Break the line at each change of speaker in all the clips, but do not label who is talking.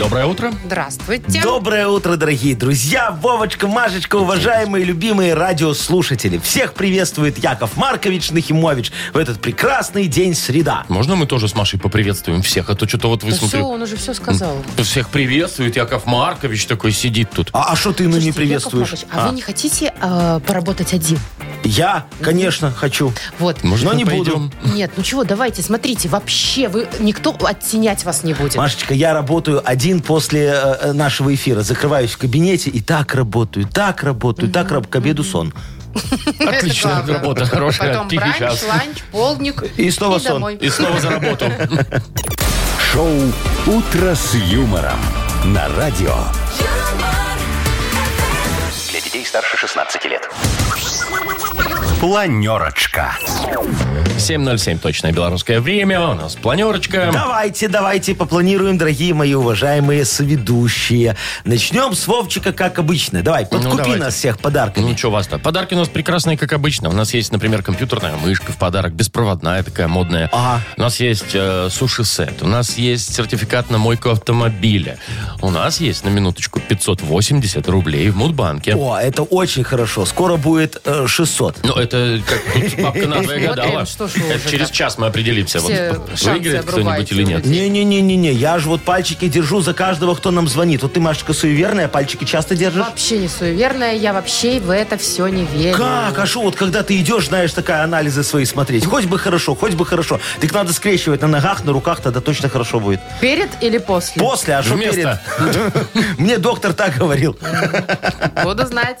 Доброе утро.
Здравствуйте.
Доброе утро, дорогие друзья, Вовочка, Машечка, уважаемые, любимые радиослушатели. Всех приветствует Яков Маркович Нахимович в этот прекрасный день среда.
Можно мы тоже с Машей поприветствуем всех? А то что-то вот вы,
Да все,
смотрю,
он уже все сказал. Ну,
всех приветствует. Яков Маркович такой сидит тут.
А что ты ну не
Слушайте, Яков
приветствуешь?
Маркович,
А?
а вы не хотите э, поработать один?
Я, конечно, хочу.
Вот.
Может,
Но
мы
не буду.
пойдем?
Нет, ну чего, давайте, смотрите, вообще вы никто оттенять вас не будет.
Машечка, я работаю один после э, э, нашего эфира. Закрываюсь в кабинете и так работаю, так работаю, так раб- к обеду сон.
Отличная
главное.
работа, хорошая.
Потом
Тихий
бранч,
час.
ланч, полдник
И снова сон.
домой.
И снова за работу.
Шоу «Утро с юмором» на радио. Для детей старше 16 лет. Планерочка.
7.07 точное белорусское время. У нас планерочка.
Давайте, давайте попланируем, дорогие мои уважаемые соведущие. Начнем с Вовчика, как обычно. Давай, подкупи
давайте.
нас всех подарками.
Ну, что вас-то? Подарки у нас прекрасные, как обычно. У нас есть, например, компьютерная мышка в подарок, беспроводная такая модная.
Ага.
У нас есть э, суши-сет, у нас есть сертификат на мойку автомобиля. У нас есть, на минуточку, 580 рублей в Мудбанке.
О, это очень хорошо. Скоро будет э, 600.
Ну, это как тут папка надвое
Смотрим,
гадала.
что ж вы
Это
уже
через
так.
час мы определимся, вот,
Все шансы
выиграет кто-нибудь
обрубаете
или
у
нет.
людей.
Не-не-не-не-не, я же вот пальчики держу за каждого, кто нам звонит. Вот ты, Машечка, суеверная, пальчики часто держишь?
Вообще не суеверная, я вообще в это все не верю.
Как? А шо, вот когда ты идешь, знаешь, такая анализы свои смотреть. Хоть бы хорошо, хоть бы хорошо. Так надо скрещивать на ногах, на руках, тогда точно хорошо будет.
Перед или после?
После, а что перед?
Вместо.
Мне доктор так говорил.
Буду знать.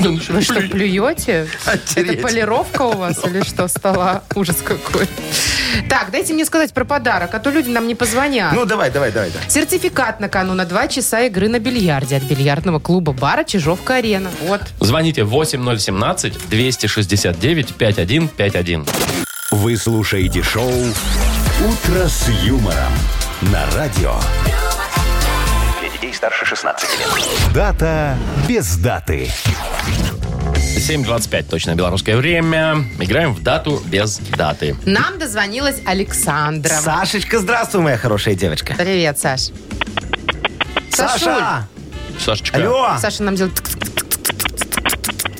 Ну, что,
Что,
блин.
плюете? Это
Оттереть.
полировка у вас или что стола? Ужас какой. Так, дайте мне сказать про подарок, а то люди нам не позвонят.
Ну, давай, давай, давай. давай.
Сертификат на кону на 2 часа игры на бильярде от бильярдного клуба бара «Чижовка-арена». Вот.
Звоните 8017-269-5151.
Вы слушаете шоу «Утро с юмором» на радио. Для детей старше 16 лет. Дата без даты.
7.25, точно белорусское время. Играем в дату без даты.
Нам дозвонилась Александра.
Сашечка, здравствуй, моя хорошая девочка.
Привет, Саш.
Саша!
Сашечка.
Алло!
Саша нам делает... тк-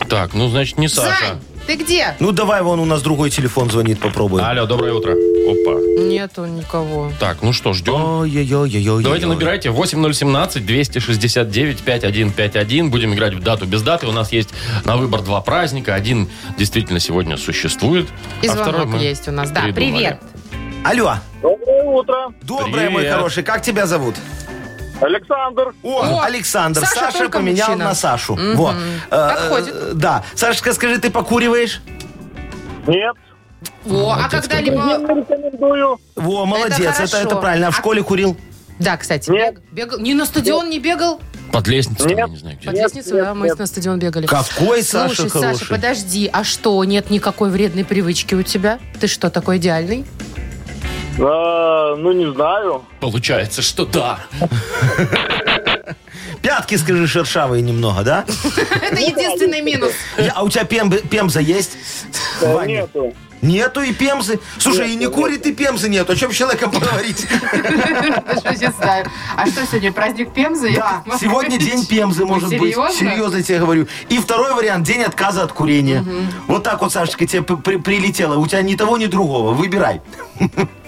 Так, ну, значит, не Саша.
Сань, ты где?
Ну, давай, вон у нас другой телефон звонит, попробуем.
Алло, доброе утро. Опа.
Нету никого.
Так, ну что, ждем.
Ой-ой-ой-ой-ой.
Давайте набирайте 8017-269-5151. Будем играть в дату без даты. У нас есть на выбор два праздника. Один действительно сегодня существует.
И
а второй
звонок
мы
есть у нас. Да,
придумали.
привет.
Алло.
Доброе утро.
Доброе, мой
Привет.
хороший. Как тебя зовут?
Александр.
О,
О,
Александр.
Саша
Саша,
только
поменял
мужчина.
на Сашу. Вот.
Так
Э, э,
ходит.
Да. Сашечка, скажи, ты покуриваешь?
Нет.
О, а
Не
когда-либо...
рекомендую.
Во, молодец, это,
хорошо.
это правильно. А в
А-
школе курил?
Да, кстати,
Нет.
бег- бегал. Не на стадион не бегал?
Под лестницей,
Нет.
я не знаю где.
Под
Нет,
лестницу,
нет,
да, мы
нет.
на стадион бегали.
Какой Саша
Слушай,
хороший.
Саша, подожди, а что, нет никакой вредной привычки у тебя? Ты что, такой идеальный?
А, ну, не знаю.
Получается, что да.
Пятки, скажи, шершавые немного, да?
Это единственный минус.
Я- А у тебя пембы- пемза есть?
Э,
Ваня?
Нету.
Нету и пемзы. Слушай, и не курит, и пемзы нет. О чем с человеком поговорить?
А что сегодня, праздник Пемзы?
Да, сегодня день пемзы, может быть. Серьезно тебе говорю. И второй вариант – день отказа от курения. Вот так вот, Сашечка, тебе при- при- прилетело. У тебя ни того, ни другого. Выбирай.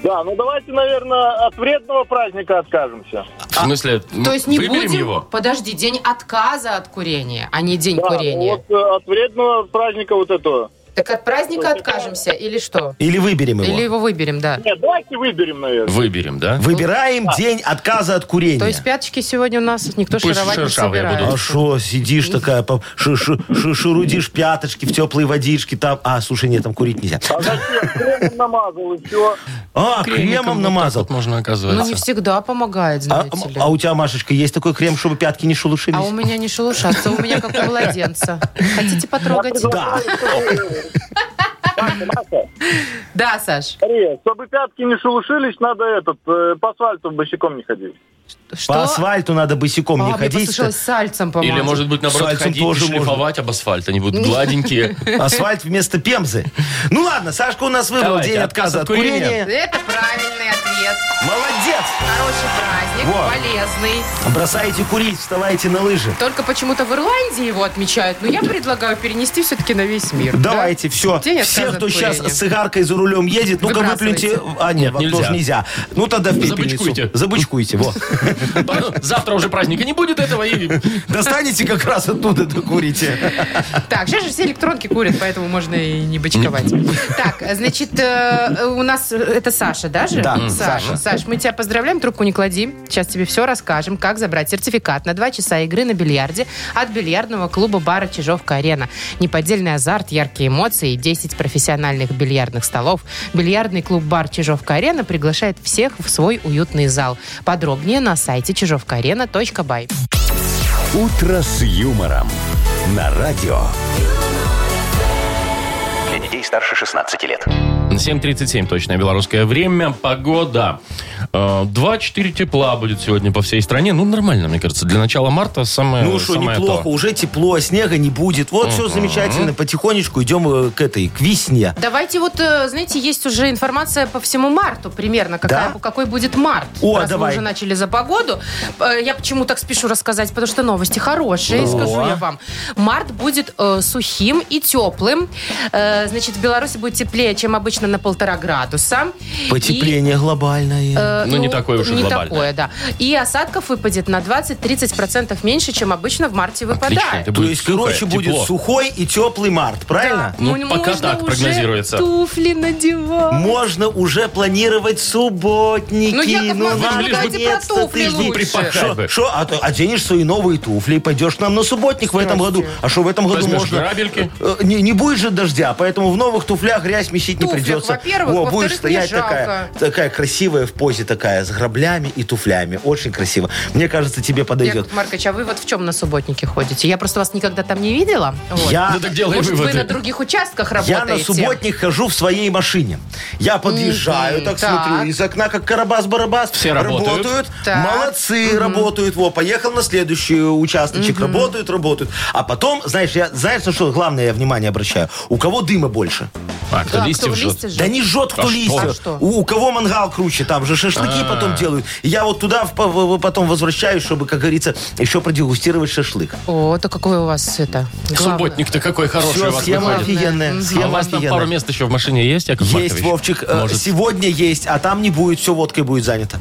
Да, ну давайте, наверное, от вредного праздника откажемся.
В смысле,
А, То есть не
выберем
будем...
его?
Подожди, день отказа от курения, а не день
Да,
курения.
вот э, от вредного праздника вот этого.
Так от праздника откажемся или что?
Или выберем
Или
его.
его выберем, да.
Нет, давайте выберем, наверное.
Выберем, да?
Выбираем день отказа
А.
от
То есть
курения.
пяточки сегодня у нас никто
Пусть
шаровать не
шершавые
собирает.
А шо, сидишь такая, по- шу- шу- шу- шурудишь пяточки в теплой водичке там. А, слушай, нет, там курить нельзя.
А зачем? Кремом намазал и все.
А,
вот
кремом
так
намазал.
вот можно,
Ну, не
оказывается.
всегда помогает,
А,
знаете ли.
а у тебя, Машечка, есть такой крем, чтобы пятки не шелушились?
А у меня не шелушатся, у меня как у младенца. Хотите потрогать?
А
Да.
Да, Саш.
Скорее, чтобы пятки не шелушились, надо этот, э, по асфальту босиком не ходить.
По
Что?
асфальту надо босиком
А,
не
мне
ходить.
послышалось, сальцем, по-моему.
Или, может быть, наоборот,
Сальцем
ходить и
тоже можно.
шлифовать об асфальт. Они будут гладенькие.
Асфальт вместо пемзы. Ну ладно, Сашка у нас выбрал
Давайте,
день отказа от курения.
Это правильный ответ.
Молодец!
Хороший праздник,
Вот.
полезный.
Бросайте курить, вставайте на лыжи.
Только почему-то в Ирландии его отмечают, но я предлагаю перенести все-таки на весь мир. да?
Давайте, все.
День
Все,
отказа
кто
от
сейчас
курения.
с цигаркой за рулем едет, ну-ка
Выбрасывайте.
выплюньте. А, нет, вам
нельзя.
тоже нельзя. Ну тогда в пепельницу.
Забычкуйте.
Забычкуйте, вот.
Завтра уже праздника не будет этого и...
Достанете как раз оттуда, докурите.
Так, сейчас же все электронки курят, поэтому можно и не бычковать. Так, значит, э, у нас это Саша, да же?
Да,
Саша, Саша. Саш, мы тебя поздравляем, трубку не клади. Сейчас тебе все расскажем, как забрать сертификат на два часа игры на бильярде от бильярдного клуба бара «Чижовка-арена». Неподдельный азарт, яркие эмоции, 10 профессиональных бильярдных столов. Бильярдный клуб бар «Чижовка-арена» приглашает всех в свой уютный зал. Подробнее на сайте чижовкаарена.бай.
«Утро с юмором» на радио. Для детей старше 16 лет.
7.37 точное белорусское время. Погода. Э, 2-4 тепла будет сегодня по всей стране. Ну, нормально, мне кажется. Для начала марта самое
Ну что,
Э, самое то.
неплохо, уже тепло, а снега не будет. Вот все замечательно, потихонечку идем э, к этой, к весне.
Давайте вот, э, знаете, есть уже информация по всему марту примерно, какая,
Да?
какой будет март.
О,
Раз
давай.
мы уже начали за погоду. Э, Я почему так спешу рассказать, потому что новости хорошие,
О.
скажу я вам. Март будет э, сухим и теплым. Э, значит, в Беларуси будет теплее, чем обычно на полтора градуса. И,
Потепление глобальное.
э,
Ну, не такое уж и
не
глобальное.
такое, да. И осадков выпадет на 20-30% меньше, чем обычно в марте выпадает.
Отлично, это
То
будет
есть,
сухо,
короче, будет
тепло.
сухой и теплый март, правильно?
Ну, пока
можно
так
уже
прогнозируется.
туфли надевать.
Можно уже планировать субботники.
Ну, Яков Маркович,
ну, давайте
наконец-то
про туфли
ты ж
лучше.
не припахай
Шо-
бы. Шо, а то оденешь свои новые туфли и пойдешь к нам на субботник в этом году. А что в этом году
Возьмешь
можно?
грабельки.
Э, Не, не будет же дождя, поэтому в новых туфлях грязь месить не
Туфлях,
придется.
во-первых,
Во,
во-вторых,
будешь стоять
мне жалко.
такая, такая красивая в позе такая, с граблями и туфлями. Очень красиво. Мне кажется, тебе подойдет.
Яков Маркович, а вы вот в чем на субботнике ходите? Я просто вас никогда там не видела. Вот.
Я-
Ну, так делай
Может, вы
выводы.
на других участках
Я
работаете?
на субботник хожу в своей машине. Я подъезжаю,
Мгм,
так,
так.
смотрю, из окна как Карабас-Барабас.
Все работают.
Так.
Молодцы, работают. Во, поехал на следующий участочек. Работают, работают. А потом, знаешь, я, знаешь, на что главное я внимание обращаю? У кого дыма больше?
А, кто
Да, кто
листьев
в
жжет?
листья жжет?
Да не жжет
А
кто
что? А.
листья.
А что?
У, у кого мангал круче, там же шашлыки потом делают. И я вот туда в- в- в- потом возвращаюсь, чтобы, как говорится, еще продегустировать шашлык.
О, то какой у вас это... главное.
Субботник-то какой хороший
Все,
у вас
схема
выходит.
офигенная.
А у
Схема
вас там пару
офигенная.
мест еще в машине есть, Яков
Есть,
Маркович?
Вовчик. э,
Может,
Сегодня есть, а там не будет, все водкой будет занято.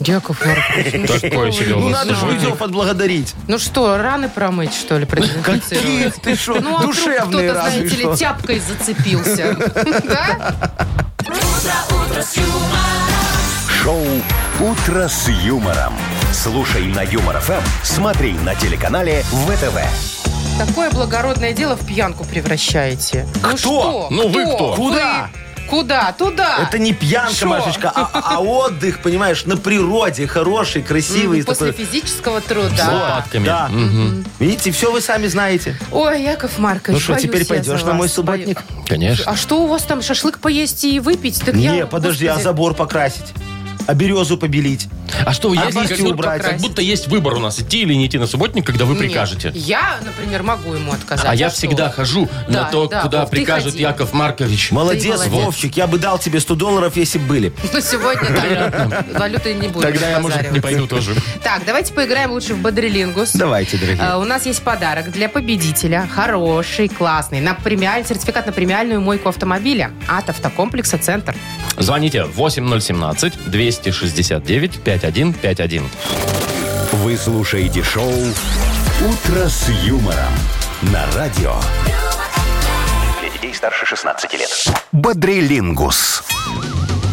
Яков Маркович, ну что
Такое
вы?
себе у
Ну,
вас
надо же
субботник.
людей подблагодарить.
Ну что, раны промыть, что ли,
Какие
продезинфицировать?
ты шо,
Ну, а вдруг
душевные
кто-то,
разве
знаете ли,
что.
тяпкой зацепился. Да?
Шоу «Утро с юмором». Слушай на Юмор ФМ, смотри на телеканале ВТВ.
Такое благородное дело в пьянку превращаете. Ну
Кто?
что?
Ну, вы кто?
Куда?
Вы? Куда? Туда.
Это не пьянка,
Шо?
Машечка, а, а отдых, понимаешь, на природе, хороший, красивый.
М, После
такой.
физического труда.
Лопатками.
Да.
Мгм.
Видите, все вы сами знаете.
Ой, Яков Маркович,
Ну что,
боюсь
теперь
я
пойдешь
за вас,
на мой
боюсь.
субботник?
Конечно.
А что у вас там, шашлык поесть и выпить? Так я,
Не, подожди, а
господи.
забор покрасить? А березу побелить?
А что, есть
листья
как будто-
убрать.
как будто есть выбор у нас, идти или не идти на субботник, когда вы
Нет,
прикажете.
Я, например, могу ему отказать.
А я
что?
всегда хожу
Да,
на то,
да,
куда
Вов, ты
прикажет
ходи.
Яков Маркович.
Молодец,
молодец.
Вовчик, я бы дал тебе 100 долларов, если бы были.
Ну, сегодня да, валюты не будет.
Тогда я, может, не пойду тоже.
Так, давайте поиграем лучше в Бодрилингус.
Давайте, дорогие.
А, У нас есть подарок для победителя. Хороший, классный. На премиаль... Сертификат на премиальную мойку автомобиля. От автокомплекса «Центр».
Звоните 8017-269-5151.
Вы слушаете шоу «Утро с юмором» на радио. Для детей старше 16 лет. Бодрилингус.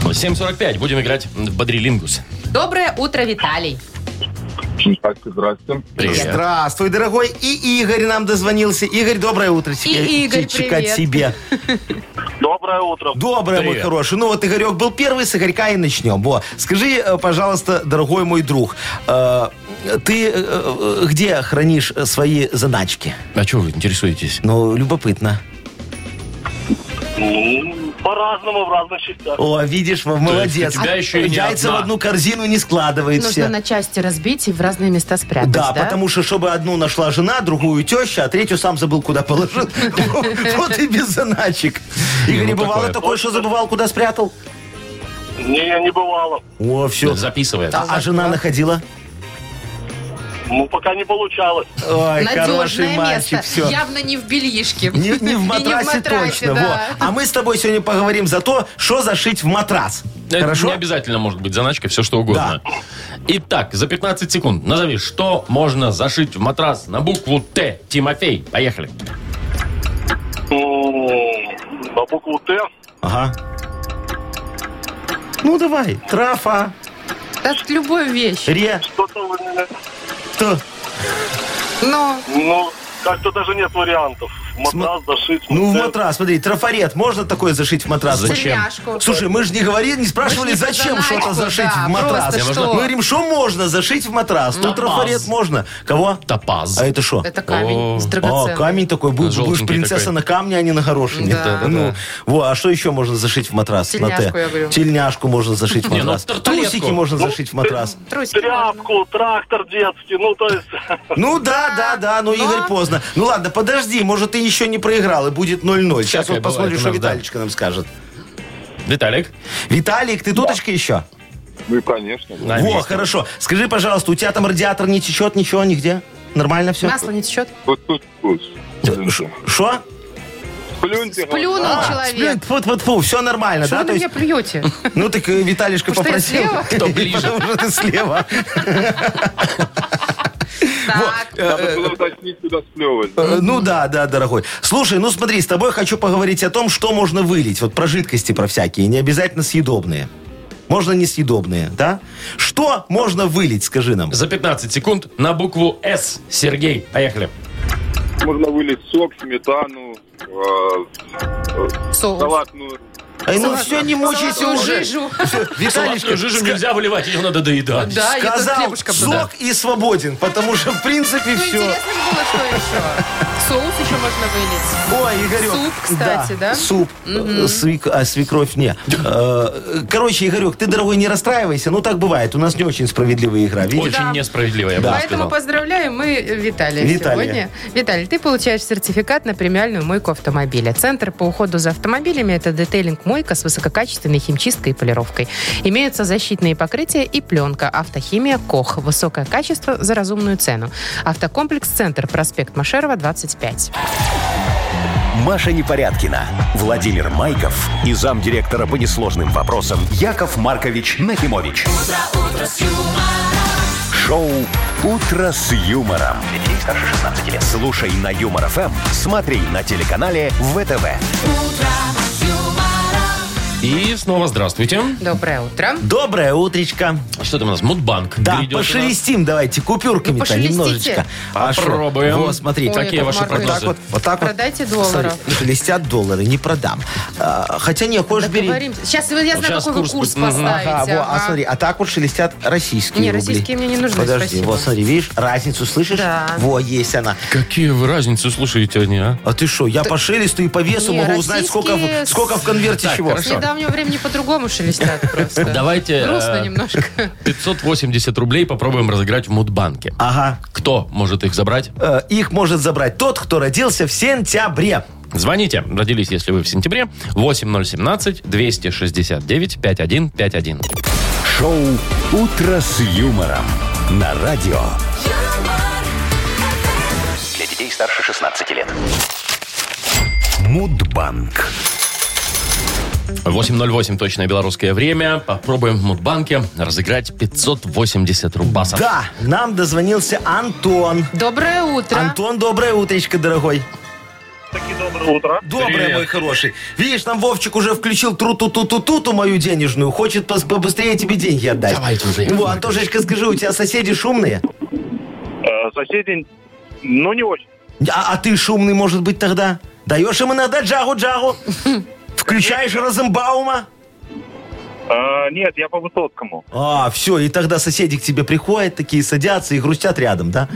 7.45. Будем играть в Бодрилингус.
Доброе утро, Виталий.
Так, здравствуйте.
Привет.
Здравствуй, дорогой. И Игорь нам дозвонился. Игорь, доброе утро тебе.
И Игорь,
Птичка
привет.
тебе.
Доброе утро.
Доброе, мой
Привет.
хороший. Ну вот Игорек был первый, с Игорька и начнем. Во. Скажи, э, пожалуйста, дорогой мой друг, э, ты э, э, где хранишь э, свои заначки?
А что вы интересуетесь?
Ну, любопытно.
Ну, по-разному, в разных частях.
О, видишь, Вов,
есть у
молодец.
тебя еще и не
Яйца
одна.
в одну корзину не складывает
Нужно
все.
на части разбить и в разные места спрятать,
Да,
да?
потому что, чтобы одну нашла жена, другую теща, а третью сам забыл, куда положил. Вот и без заначек. Игорь,
ну
не бывало
такое.
такое, что забывал, куда спрятал?
Не, не бывало.
О, все.
Записывает.
А а жена находила?
Ну, пока не получалось.
Ой, хороший
Надежное место.
мальчик, все.
Явно не в бельишке.
Не, не
И
в матрасе точно.
да.
во. А мы с тобой сегодня поговорим за то, что зашить в матрас.
Это
Хорошо?
Э, Не обязательно может быть заначка, все что угодно. Итак, за 15 секунд назови, что можно зашить в матрас на букву Т. Тимофей, поехали.
а М, На букву Т.
Ага. Ну давай. Трафа.
От любой вещи.
Ре.
Что-то у меня,
То.
Но
ну, как-то даже нет вариантов. Матрас зашить.
Ну, в
мацель.
матрас, смотри, трафарет. Можно такое зашить в матрас?
Зачем?
тельняшку.
Слушай, мы же не говорили, не спрашивали,
Мы ж не
зачем
про
что-то
заначку,
зашить
да,
в матрас.
просто
Мы
что?
говорим, что можно зашить в матрас. Ну,
Топаз.
трафарет можно. Кого?
Топаз.
А это что?
это камень
О.
с
О, а,
драгоценным.
камень такой, будешь, будешь
Желтенький
принцесса
такой.
на камне, а не на горошине.
Да.
Ну, во, а что еще можно зашить в матрас? На
Тельняшку,
Т.
я говорю. Ну,
Тельняшку можно зашить в
Не, ну,
матрас.
тарталетку.
Трусики можно зашить в матрас.
Трусики можно.
Тряпку, трактор детский, ну, то есть...
Ну да, да, да, ну Игорь поздно. Ну ладно, подожди, может ты еще не проиграл и будет 0-0. Сейчас
Всякое
вот посмотрим,
бывает у
что
нас, да.
Виталичка нам скажет.
Виталик.
Виталик, ты туточка еще?
Ну, конечно.
на
Во,
месте.
хорошо. Скажи, пожалуйста, у тебя там радиатор не течет, ничего, нигде? Нормально все?
Масло не течет?
Вот тут, тут.
Что?
Плюньте.
Плюнул человек.
Вот, вот, фу, все нормально,
Что
А, да?
вы на
То
меня
есть,
плюете?
ну так э, Виталишка
Потому что я
попросил.
слева?
Кто ближе?
Потому что ты слева.
Так.
Надо было уточнить, куда сплевывать.
Э, Ну да, да, дорогой. Слушай, ну смотри, с тобой хочу поговорить о том, что можно вылить. Вот про жидкости, про всякие, не обязательно съедобные. Можно несъедобные, да? Что можно вылить, скажи нам?
За 15 секунд на букву С. Сергей, поехали.
Можно вылить сок, сметану, э, э,
Соус.
салатную.
Ай, ну все, не мучайся
Салатную
уже.
жижу.
Виталишка,
Салатную жижу нельзя выливать, ее надо доедать.
Да, я тут
сказал,
хлебушком
сок и свободен, потому что, в принципе,
Ну,
все.
интересно же было, что еще. Соус еще можно вылить.
Ой, Игорек.
Суп, кстати, да?
Суп. Свек- а, свекровь не. Э, Короче, Игорек, ты, дорогой, не расстраивайся. Ну, так бывает. У нас не очень справедливая игра, видишь?
Очень
Да.
несправедливо, я бы
Поэтому
сказал.
поздравляем мы э, Виталия,
Виталия.
сегодня. Виталий, ты получаешь сертификат на премиальную мойку автомобиля. Центр по уходу за автомобилями – это детейлинг-мойка с высококачественной химчисткой и полировкой. Имеются защитные покрытия и пленка. Автохимия «Кох». Высокое качество за разумную цену. Автокомплекс «Центр», проспект Машерова, 25.
Маша Непорядкина, Владимир Майков и замдиректора по несложным вопросам Яков Маркович Нахимович. Шоу Утро с юмором. Для детей старше 16 лет. Слушай на юмор ФМ, смотри на телеканале ВТВ.
И снова здравствуйте.
Доброе утро.
Доброе утречко.
Что там у нас? Мудбанк.
Да,
грядет у нас.
пошелестим давайте купюрками-то
Ну,
немножечко. А шо?
Попробуем.
Вот, смотри.
Ой,
так
Какие
Яков
ваши
Маркович.
вот так
прогнозы?
вот, вот так вот.
Продайте долларов.
Смотри, шелестят доллары, не продам. А, хотя не, хочешь бери.
Договоримся. Сейчас я знаю,
Сейчас
какой вы
курс
курс
будет. Мгм.
поставите.
Ага, во, а
Ага.
смотри, а так вот шелестят российские
Не,
рубли.
российские мне не нужны,
Подожди,
спасибо.
вот смотри, видишь, разницу слышишь?
Да.
Во, есть она.
Какие вы разницу слушаете они, а?
А ты что, я по шелесту и по весу
Не,
могу узнать, сколько,
российские
в- сколько в конверте
Так,
чего.
С недавнего времени по-другому шелестят просто.
Давайте,
Грустно
э,
немножко.
580 рублей попробуем разыграть в Мудбанке. А
Ага.
Кто может их забрать?
Э, Их может забрать тот, кто родился в сентябре.
Звоните. Родились, если вы в сентябре. 8017-269-5151.
Шоу Утро с юмором на радио. Для детей старше 16 лет. Мудбанк.
8.08 точное белорусское время. Попробуем в Мудбанке разыграть 580 рубасов.
Да, нам дозвонился Антон.
Доброе утро.
Антон, доброе утречко, дорогой.
Таки доброе утро.
Доброе, мой хороший. Видишь, нам Вовчик уже включил тру ту ту ту ту мою денежную. Хочет пос- побыстрее тебе деньги отдать.
Давайте уже, Яков
Во, Антошечка, скажи, у тебя соседи шумные?
Э, Соседи, ну, не очень.
А, а ты шумный, может быть, тогда? Даешь им иногда джагу-джагу? Включаешь Розенбаума?
Э, Нет, я по Высоцкому.
А, все, и тогда соседи к тебе приходят, такие садятся и грустят рядом, да?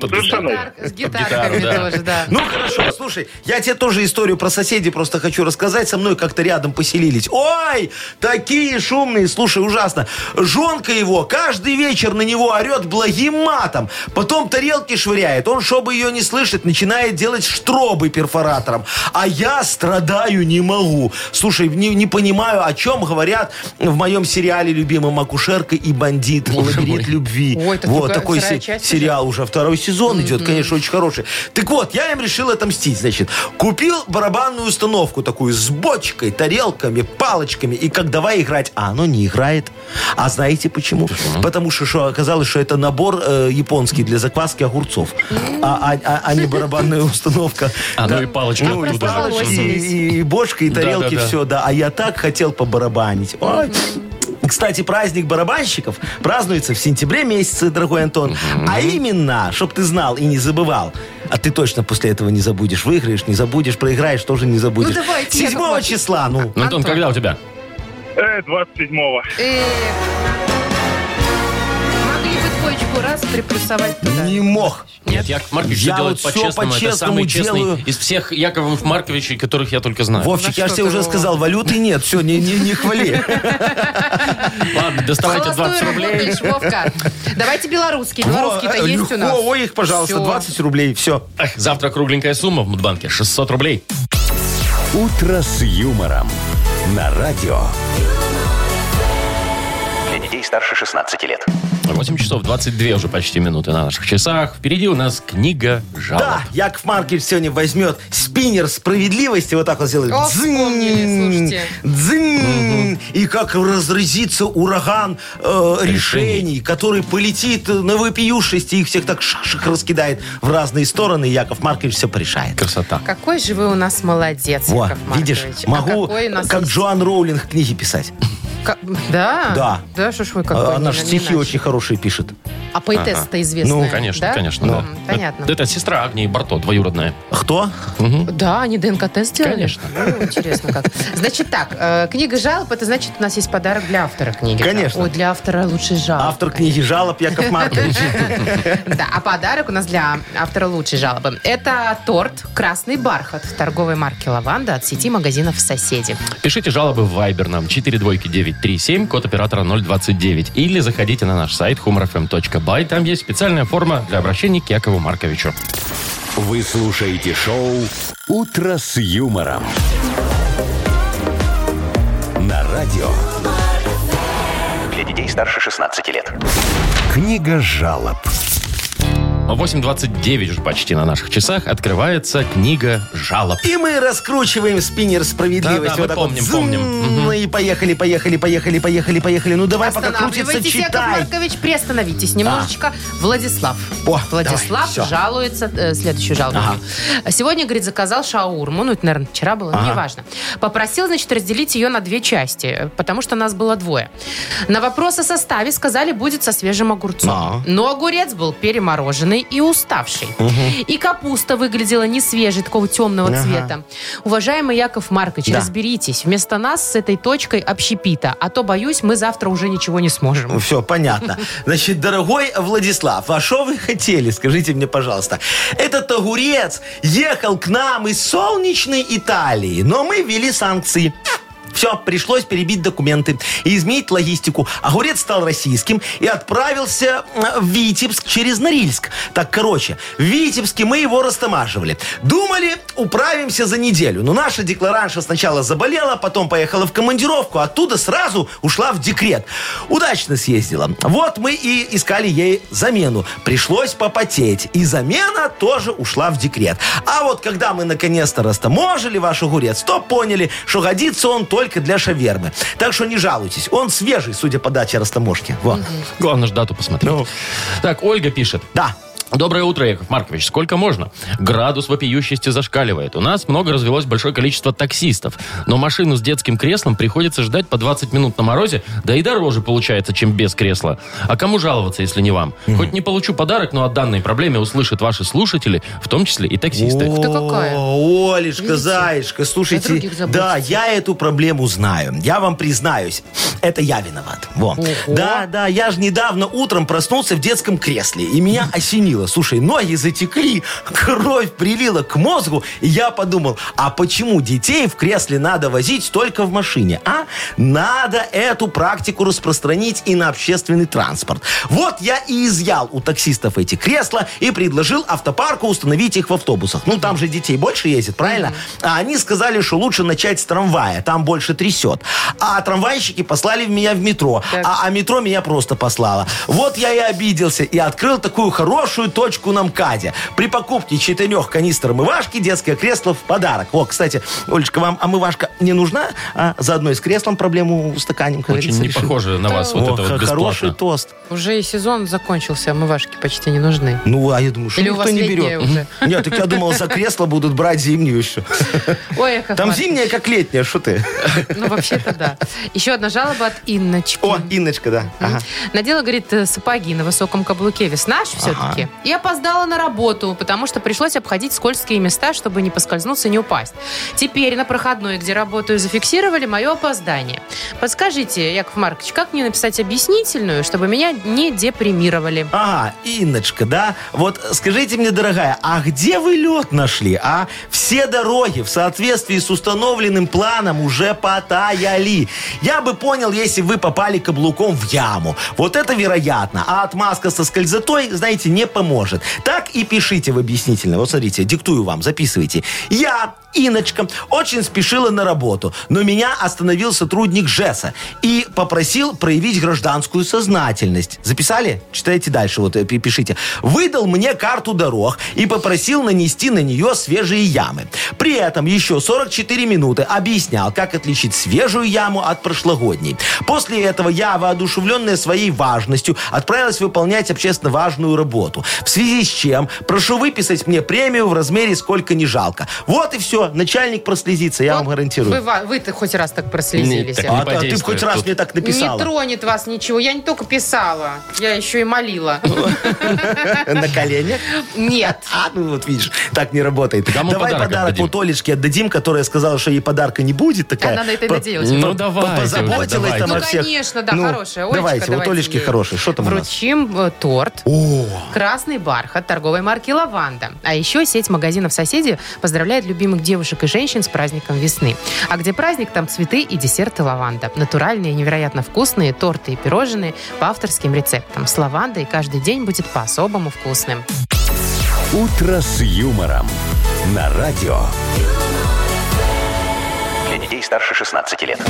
Совершенно верно.
Гитар- С гитарками
да.
тоже, да.
Ну хорошо, слушай, я тебе тоже историю про соседей просто хочу рассказать. Со мной как-то рядом поселились. Ой, такие шумные, слушай, ужасно. Жонка его каждый вечер на него орет благим матом. Потом тарелки швыряет. Он, чтобы ее не слышать, начинает делать штробы перфоратором. А я страдаю не могу. Слушай, не, не понимаю, о чем говорят в моем сериале любимым «Акушерка и бандит».
Боже
«Лабиринт
мой.
любви».
Ой, это
вот
такая
такой
вторая
се-
часть уже?
сериал уже, второй сезон идет, конечно, очень хороший. Так вот, я им решил отомстить, значит. Купил барабанную установку такую с бочкой, тарелками, палочками. И как давай играть. А оно не играет. А знаете почему? Потому что, что оказалось, что это набор э, японский для закваски огурцов. А, а- а- а не барабанная установка.
А, ну
Да.
и палочка
Ну, и
оттуда же.
палочки, и, и бошка, и
Да,
тарелки,
да, да.
все, да. А я так хотел побарабанить. Ой. Кстати, праздник барабанщиков празднуется в сентябре месяце, дорогой Антон. А именно, чтоб ты знал и не забывал, а ты точно после этого не забудешь, выиграешь, не забудешь, проиграешь, тоже не забудешь.
Ну, давайте, Яков
7
Маркович.
числа, ну.
Ну, Антон,
Антон.
когда у тебя?
Э, 27-го.
Эх. Могли бы двоечку раз приплюсовать туда.
Не мог.
Нет, Яков Маркович
Я
все делает
вот всё
по-честному. это
по-честному
самый честный
делаю.
из всех Яковов Марковичей, которых я только знаю.
Вовчик, я
что
же тебе
ты,
уже
Вова?
сказал, валюты нет, все, не, не, не хвали.
Ладно, доставайте 20
Холостую
рублей.
работаешь, Вовка. Давайте белорусские.
Во,
Белорусские-то
э,
есть
легко,
у нас.
Ой, их, пожалуйста,
Всё.
20 рублей, все.
Эх, Завтра кругленькая сумма в Мудбанке. 600 рублей.
«Утро с юмором» на радио. Для детей старше 16 лет.
8 часов 22 уже почти минуты на наших часах. Впереди у нас книга жалоб.
Да, Яков Маркович сегодня возьмет спиннер справедливости, вот так вот сделает.
О, вспомнили,
Дзынь,
слушайте.
дзынь. И как разразится ураган э, решений, который полетит на вопиюшести, их всех так шашек раскидает в разные стороны, и Яков Маркович все порешает.
Красота.
Какой же вы у нас молодец,
Во,
Яков Маркович.
видишь,
А
могу,
какой у нас
как
есть-
Джоан Роулинг, книги писать.
Ка- Да?
Да.
Да, что ж вы какой.
Она
не-
же
не
стихи
иначе.
очень хорошие пишет.
А поэтесса-то известная.
Ну,
Конечно,
да?
конечно, да.
М, Понятно.
Это, это сестра Агнии Барто, двоюродная.
Кто?
Ну, Да, они ДНК-тест делали.
Конечно.
Ну, интересно как. Значит так, э, книга жалоб, это значит, у нас есть подарок для автора книги.
Конечно.
Ой, для автора лучшей жалобы.
Автор книги «Жалоб» Яков Маркович.
Да, а подарок у нас для автора лучшей жалобы. Это торт «Красный бархат» торговой марки «Лаванда» от сети магазинов «Соседи».
Пишите жалобы в Viber нам 42937, код оператора 029. Или заходите на наш сайт humorfm.by. Там есть специальная форма для обращения к Якову Марковичу.
Вы слушаете шоу «Утро с юмором» на радио.
Для детей старше 16 лет.
Книга жалоб.
8.29 уже почти на наших часах открывается книга жалоб.
И мы раскручиваем спиннер справедливости.
Да-да, мы
так вот.
помним,
Зум, ну
помним. Мгм.
И поехали, поехали, поехали, поехали, поехали. Ну давай, пока крутится,
Останавливайтесь, Яков
читай. А.
Маркович, приостановитесь немножечко. Владислав.
О, давай,
Владислав
всё.
жалуется, э, следующую жалобу. Сегодня, говорит, заказал шаурму, ну это, наверное, вчера было, но неважно. Попросил, значит, разделить ее на две части, э, потому что нас было двое. На вопрос о составе сказали, будет со свежим огурцом.
А.
Но огурец был перемороженный и уставший. И капуста выглядела не свежей, такого темного
Ага.
цвета. Уважаемый Яков Маркович,
Да.
разберитесь. Вместо нас с этой точкой общепита. А то, боюсь, мы завтра уже ничего не сможем.
Все, понятно. Значит, дорогой Владислав, а что вы хотели, скажите мне, пожалуйста. Этот огурец ехал к нам из солнечной Италии, но мы ввели санкции. Все, пришлось перебить документы и изменить логистику. Огурец стал российским и отправился э, в Витебск через Норильск. Так, короче, в Витебске мы его растамаживали. Думали, управимся за неделю. Но наша декларанша сначала заболела, потом поехала в командировку, оттуда сразу ушла в декрет. Удачно съездила. Вот мы и искали ей замену. Пришлось попотеть. И замена тоже ушла в декрет. А вот когда мы наконец-то растаможили ваш огурец, то поняли, что годится он только для шавермы. Так что не жалуйтесь. Он свежий, судя по дате растаможки. Во.
Главное же дату посмотреть.
Ну.
Так, Ольга пишет.
Да.
Доброе утро, Яков Маркович. Сколько можно? Градус вопиющести зашкаливает. У нас много развелось большое количество таксистов. Но машину с детским креслом приходится ждать по 20 минут на морозе, да и дороже получается, чем без кресла. А кому жаловаться, если не вам? Хоть не получу подарок, но о данной проблеме услышат ваши слушатели, в том числе и таксисты.
ты какая.
О, Олешка,
Видите?
Заячка,
О
слушайте,
других заботитесь.
да, я эту проблему знаю. Я вам признаюсь, это я виноват. Во. Да, да, я же недавно утром проснулся в детском кресле, и меня осенило. Слушай, ноги затекли, кровь прилила к мозгу, и я подумал, а почему детей в кресле надо возить только в машине, а? Надо эту практику распространить и на общественный транспорт. Вот я и изъял у таксистов эти кресла и предложил автопарку установить их в автобусах. Ну, там же детей больше ездит, правильно? А они сказали, что лучше начать с трамвая, там больше трясет. А трамвайщики послали послали меня в метро,
Так.
а, а метро меня просто послало. Вот я и обиделся и открыл такую хорошую точку на МКАДе. При покупке четырех канистр омывашки детское кресло в подарок. О, кстати, Олечка, вам омывашка не нужна? А заодно и с креслом проблему устаканим, как
Очень
говорится,
не
решим.
похоже на вас
О,
вот это вот
х- хороший
бесплатно.
тост.
Уже и сезон закончился, омывашки почти не нужны.
Ну, а я думаю, что
Или у
никто
вас
не
летнее
берет.
уже?
Нет, так я думал, за кресло будут брать зимнюю еще.
Ой, Яков
Там
Маркович,
зимняя, как летняя, что ты?
Ну, вообще-то да. Еще одна жалоба от Инночки.
О, Инночка, да. Ага.
Надела, говорит, э, сапоги на высоком каблуке. Весна ж все-таки. И опоздала на работу, потому что пришлось обходить скользкие места, чтобы не поскользнуться и не упасть. Теперь на проходной, где работаю, зафиксировали мое опоздание. Подскажите, Яков Маркович, как мне написать объяснительную, чтобы меня не депримировали?
Ага, Инночка, да? Вот скажите мне, дорогая, а где вы лед нашли, а? Все дороги в соответствии с установленным планом уже потаяли. Я бы понял, если бы вы попали каблуком в яму. Вот это вероятно. А отмазка со скользотой, знаете, не поможет. Так и пишите в объяснительно. Вот смотрите, диктую вам, записывайте. Я, Иночка, очень спешила на работу, но меня остановил сотрудник ЖЭСа и попросил проявить гражданскую сознательность. Записали? Читайте дальше, вот э, пи- пишите. Выдал мне карту дорог и попросил нанести на нее свежие ямы. При этом еще 44 минуты объяснял, как отличить свежую яму от прошлогодней. После этого я, воодушевленная своей важностью, отправилась выполнять общественно важную работу. В связи с чем прошу выписать мне премию в размере сколько не жалко. Вот и все. Начальник прослезится, я вам
Вот
гарантирую.
Вы, ва- вы-то хоть раз так прослезились.
Не, так
Яков
А, а ты
подействует
б хоть раз
тут.
мне так написала.
Не тронет вас ничего. Я не только писала, я еще и молила.
На коленях?
Нет.
А, ну вот видишь, так не работает.
Кому
давай
подарок
подарок,
отдадим?
вот Олечке отдадим, которая сказала, что ей подарка не будет. Такая.
Она на это и
По-
надеялась.
Ну,
Вот.
давайте уже,
позаботилась
давайте.
там
Ну,
о всех.
конечно, да, хорошая. Олечка,
давайте,
давайте
вот Олечке
ей
хорошая. Что там
Вручим э, торт.
у нас? О,
Красный бархат торговой марки «Лаванда». А еще сеть магазинов «Соседи» поздравляет любимых девушек и женщин с праздником весны. А где праздник, там цветы и десерты «Лаванда». Натуральные, невероятно вкусные торты и пирожные по авторским рецептам. С лавандой каждый день будет по-особому вкусным.
«Утро с юмором» на радио.
Для детей старше 16 лет.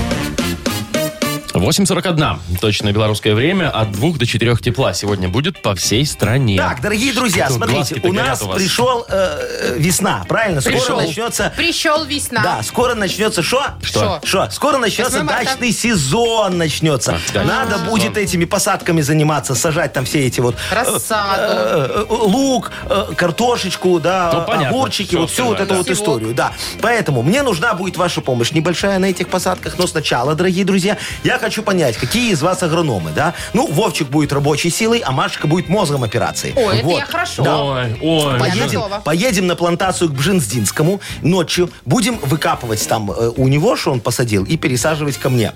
8.41. Точное белорусское время. От 2 до 4 тепла сегодня будет по всей стране.
Так, дорогие друзья,
Что-то
смотрите,
глазки-то
у
горят
нас
у вас.
пришел э, э, весна, правильно?
Пришел.
Скоро начнется
Пришел весна.
Да, скоро начнется что?
Что?
Что? Скоро начнется
8 марта.
дачный сезон начнется.
А, дачный
Надо
сезон.
будет этими посадками заниматься, сажать там все эти вот... э,
Рассаду.
э, э, лук, э, картошечку,
Ну,
да,
понятно,
огурчики,
всё
вот всю вот
остальное,
эту вот
да.
историю, да. Поэтому мне нужна будет ваша помощь, небольшая на этих посадках, но сначала, дорогие друзья, я хочу понять, какие из вас агрономы, да? Ну, Вовчик будет рабочей силой, а Машка будет мозгом операции.
О, это
Вот.
я хорошо.
Да,
Ой, ой.
Поедем,
готова.
поедем на плантацию к Бжензинскому ночью. Будем выкапывать там э, у него, что он посадил, и пересаживать ко мне.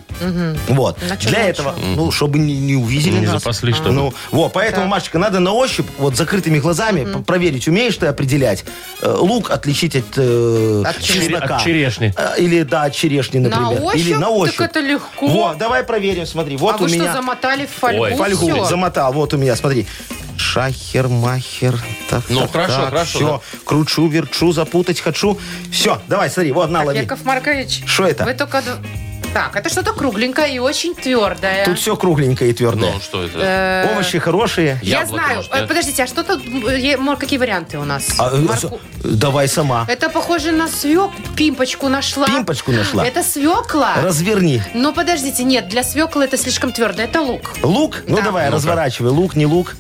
Вот.
На чё
Для
ночью?
этого, ну, чтобы не, не увидели
Не
нас.
запасли, чтобы.
Ну, вот, поэтому, Машечка, надо на ощупь, вот, закрытыми глазами п- проверить, умеешь ты определять э, лук, отличить от, э,
От чере-
чеснока.
от черешни.
Э, Или, да, от черешни,
На
например. Или
ощупь?
на
Так
ощупь.
это легко.
Вот, давай проверим, смотри. Вот
а
у
вы
меня...
что, замотали в фольгу?
Ой,
Фольгу
Всё.
замотал. Вот у меня, смотри. Шахер, махер. Так,
Ну,
так,
хорошо,
так,
хорошо,
Все, кручу, верчу, запутать хочу. Все, давай, смотри, вот, на,
Так,
лови.
Яков Маркович,
Что это?
вы только... ду- Так, это что-то кругленькое и очень твердое.
Тут все кругленькое и твердое.
Ну, что это?
Э,
Овощи хорошие.
Я
Яблоко,
знаю.
может,
Э,
да?
Подождите, а что тут? э, е- Мор, какие варианты у нас?
А, э,
Морку-
с- Давай сама.
Это похоже на свек. Пимпочку нашла.
Пимпочку нашла.
Это свекла?
Разверни.
Ну, подождите, нет, для свекла это слишком твердо. Это лук.
Лук? Ну,
Да.
давай, разворачивай. Лук, не лук.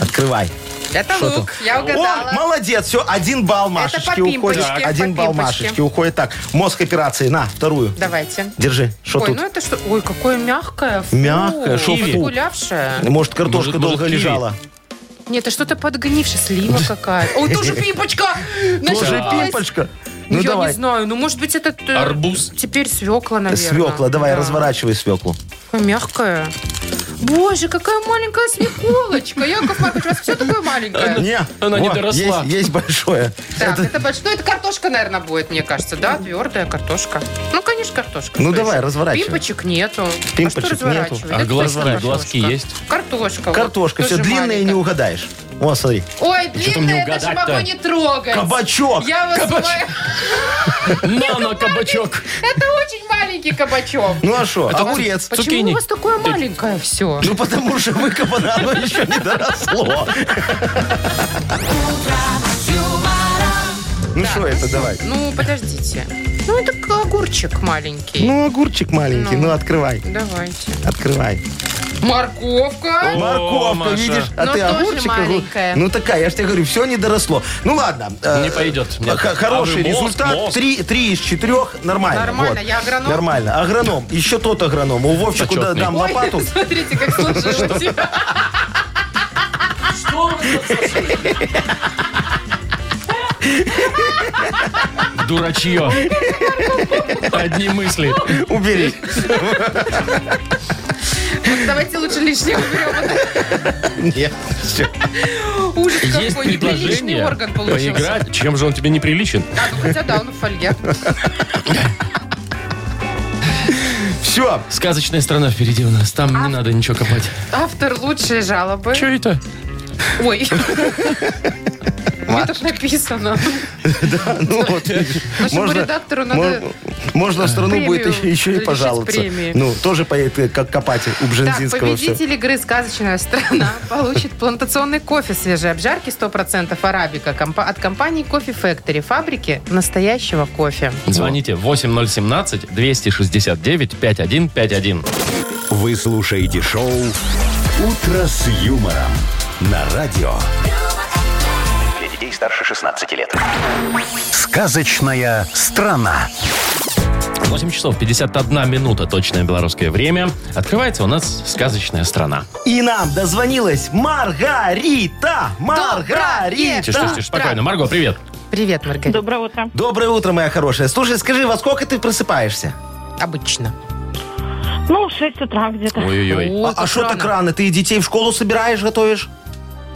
Открывай.
Это
Что
лук,
там?
я
О,
угадала.
молодец, все, один балл
по
Машечки
пимпочке,
уходит.
Так.
Один
по
балл
пимпочке.
Машечки уходит. Так, мозг операции, на, вторую.
Давайте.
Держи, что
Ой,
тут?
ну это что? Ой, какое мягкое. фу,
Мягкое, шо
фу?
Подгулявшее.
Может, картошка
Может,
долго
может, киви?
лежала?
Нет, это что-то подгнившее. Слива какая. Ой, тоже Ну, пимпочка.
Тоже
Нашла.
пимпочка. Ну
я
давай.
не знаю. а Ну, может быть, это... э,
Арбуз.
Теперь свекла, наверное.
Свекла, давай,
Да.
разворачивай свеклу.
Такая мягкая. Боже, какая маленькая свеколочка. Яков Маркович, у вас все такое маленькое.
Не,
она не доросла.
Есть, есть большое.
Так,
А, Это-
это больш- Ну, это картошка, наверное, будет, мне кажется, да? Твердая картошка. Ну, конечно, картошка.
Ну,
Что
давай,
еще?
разворачивай.
Пимпочек нету.
Пимпочек
а что разворачивать?
нету.
А
Это
глазки-
точно картошка.
глазки есть?
Картошка. вот,
Картошка, все
тоже
длинное не
маленькая.
угадаешь. О, смотри.
Ой,
там не
длинное, я даже
угадать-то?
могу не трогать.
Кабачок.
Я вас умоляю.
На, на, кабачок.
Это очень маленький маленький кабачок.
Ну а что, огурец?
Почему
цукини.
у вас такое маленькое все?
Ну потому что выкопано оно еще не доросло. Ну что это, давай.
Ну, подождите. Ну, это к- огурчик маленький.
Ну, огурчик маленький, ну открывай,
Давайте.
открывай.
Морковка.
Морковка,
Маша.
видишь? А
Но
ты
Ну, тоже
огурчик? огур-
маленькая.
Ну такая, я же тебе говорю, все не доросло. Ну ладно. э,
Не пойдет.
х- Хороший
А вы мозг,
результат.
мозг.
Три три из четырех. Нормально.
Нормально,
вот.
я агроном.
Нормально. Агроном. Еще тот агроном. У Вовчику да-
Почетный.
дам
Ой,
лопату.
смотрите, как сложилось.
Дурачье. Одни мысли.
Убери.
Давайте лучше лишнее уберем.
Нет. всё.
Ужас
Есть
какой, неприличный
предложение
орган получился.
поиграть. Чем же он тебе неприличен?
А, ну хотя да, он в фольге.
Все.
Сказочная страна впереди у нас. Там
А
не надо ничего копать.
Автор лучшей жалобы.
Че это?
Ой. Мне так написано.
Ну вот. видишь.
Нашему редактору надо
мож- можно в страну
Ну, премию
будет еще, еще и
лишить
пожаловаться.
премии.
Ну, тоже поедет э, как копать у
Так,
Бжензинского все.
победитель игры «Сказочная страна» получит плантационный кофе свежей обжарки 100% арабика компа- от компании Кофе Factory, фабрики настоящего кофе.
Звоните 8017-269-5151.
Вы слушаете шоу «Утро с юмором» на радио.
Для детей старше 16 лет.
Сказочная страна.
8 часов 51 минута, точное белорусское время. Открывается у нас сказочная страна.
И нам дозвонилась Маргарита!
Тише, тише,
Маргарита!
тише, спокойно. Марго, привет.
Привет, Маргарита.
Доброе утро.
Доброе утро, моя хорошая. Слушай, скажи, во сколько ты просыпаешься?
Обычно.
Ну, 6 утра где-то.
Ой-ой-ой.
О,
А- а
как
что так
рано.
рано? Ты и детей в школу собираешь, готовишь?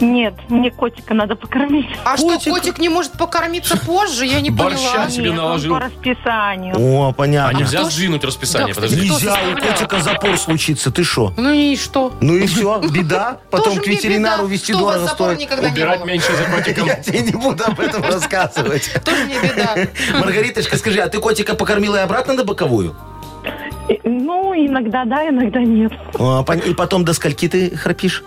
Нет, мне котика надо покормить.
А что,
Котик.
котик не может покормиться позже? Я не
Борща
поняла.
тебе
Нет, он
наложил.
по расписанию.
О,
А
понятно.
нельзя
кто ж-
сдвинуть расписание,
Да,
подожди.
Нельзя,
Кто
у
заставлял?
котика запор случится, ты шо?
Ну и что?
Ну и все, беда. Потом
Тоже
к
мне
ветеринару
беда,
вести
что у вас
дорого
запор
стоит.
никогда не
Убирать
было.
меньше за котиком.
Я тебе не буду об этом рассказывать.
Тоже мне беда.
Маргариточка, скажи, а ты котика покормила и обратно на боковую?
И- Ну, иногда да, иногда нет.
А, пон- И потом до скольки ты храпишь?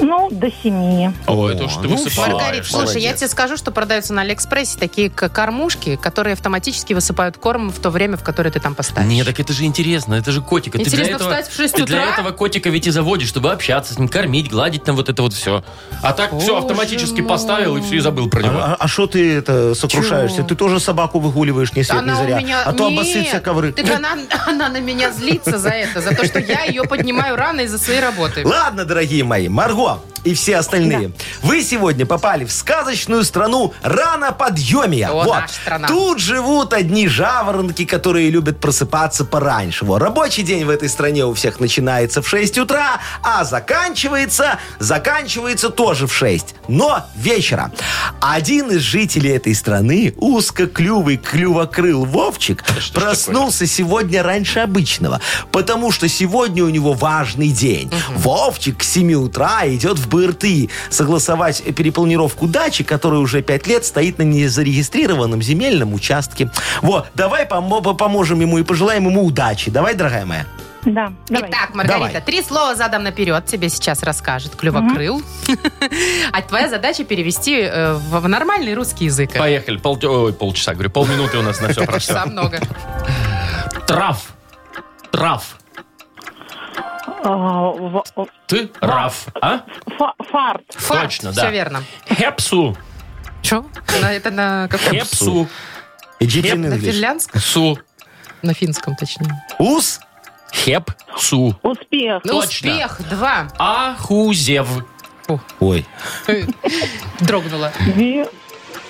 Ну, до семи.
О, это уж ты
ну
Маргарит,
высыпаешь.
всё.
слушай, я
молодец.
тебе скажу, что продаются на Алиэкспрессе такие к- кормушки, которые автоматически высыпают корм в то время, в которое ты там поставишь.
Не, так это же интересно, это же котик. а ты для
Интересно
этого-
встать в 6
Ты для
утра?
этого котика ведь и заводишь, чтобы общаться с ним, кормить, гладить там вот это вот все. А так все
Боже
автоматически
мой.
поставил и все, и забыл про него.
А что ты это сокрушаешься?
Чего?
Ты тоже собаку выгуливаешь, не свет, не
Она у
зря.
меня...
А то
Нет,
обоссытся ковры.
так она, она на меня злится за это, за то, что я ее поднимаю рано из-за своей работы.
Ладно, дорогие мои, Марго и все остальные. Вы сегодня попали в сказочную страну раноподъемия.
О,
вот.
наша страна.
Тут живут одни жаворонки, которые любят просыпаться пораньше. Во, рабочий день в этой стране у всех начинается в 6 утра, а заканчивается, заканчивается тоже в 6, но вечером. Один из жителей этой страны, узкоклювый клювокрыл Вовчик, проснулся сегодня раньше обычного, потому что сегодня у него важный день. Вовчик к 7 утра идет в БРТИ согласовать перепланировку дачи, которая уже 5 лет стоит на незарегистрированном земельном участке. Вот, давай помо- поможем ему и пожелаем ему удачи. Давай, дорогая моя.
Да, давай.
Итак, Маргарита,
Давай.
три слова задом наперед тебе сейчас расскажет Клювокрыл. А твоя задача перевести э, в в нормальный русский язык.
Поехали, Пол- ой, полчаса, говорю, полминуты у нас на все прошло.
Часа много.
Трав. Трав.
А, в-
Ты Раф, а?
фа- Фарт.
Факт,
Точно, да.
Все верно.
Хепсу.
Че? Это на каком?
Хепсу.
Иди in
На
English.
финляндском?
Су.
На финском, точнее.
Ус?
Хепсу.
Успех.
Ну,
Точно.
Успех, два.
Ахузев.
Ой.
Дрогнула.
Ви-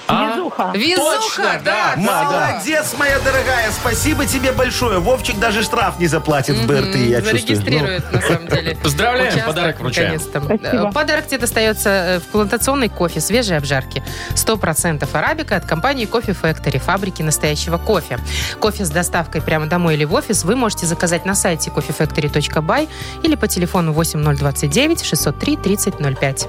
А?
Везуха.
Везуха, да. да.
Молодец, моя дорогая. Спасибо тебе большое. Вовчик даже штраф не заплатит в БРТ, я чувствую. Ну,
Зарегистрирует, на самом деле.
Поздравляем,
Участок,
подарок вручаем.
наконец-то.
Спасибо.
Э, Подарок тебе достается э, в плантационный кофе свежей обжарки. 100% арабика от компании Кофе Factory, фабрики настоящего кофе. Кофе с доставкой прямо домой или в офис вы можете заказать на сайте coffeefactory.by или по телефону 8029 603 3005.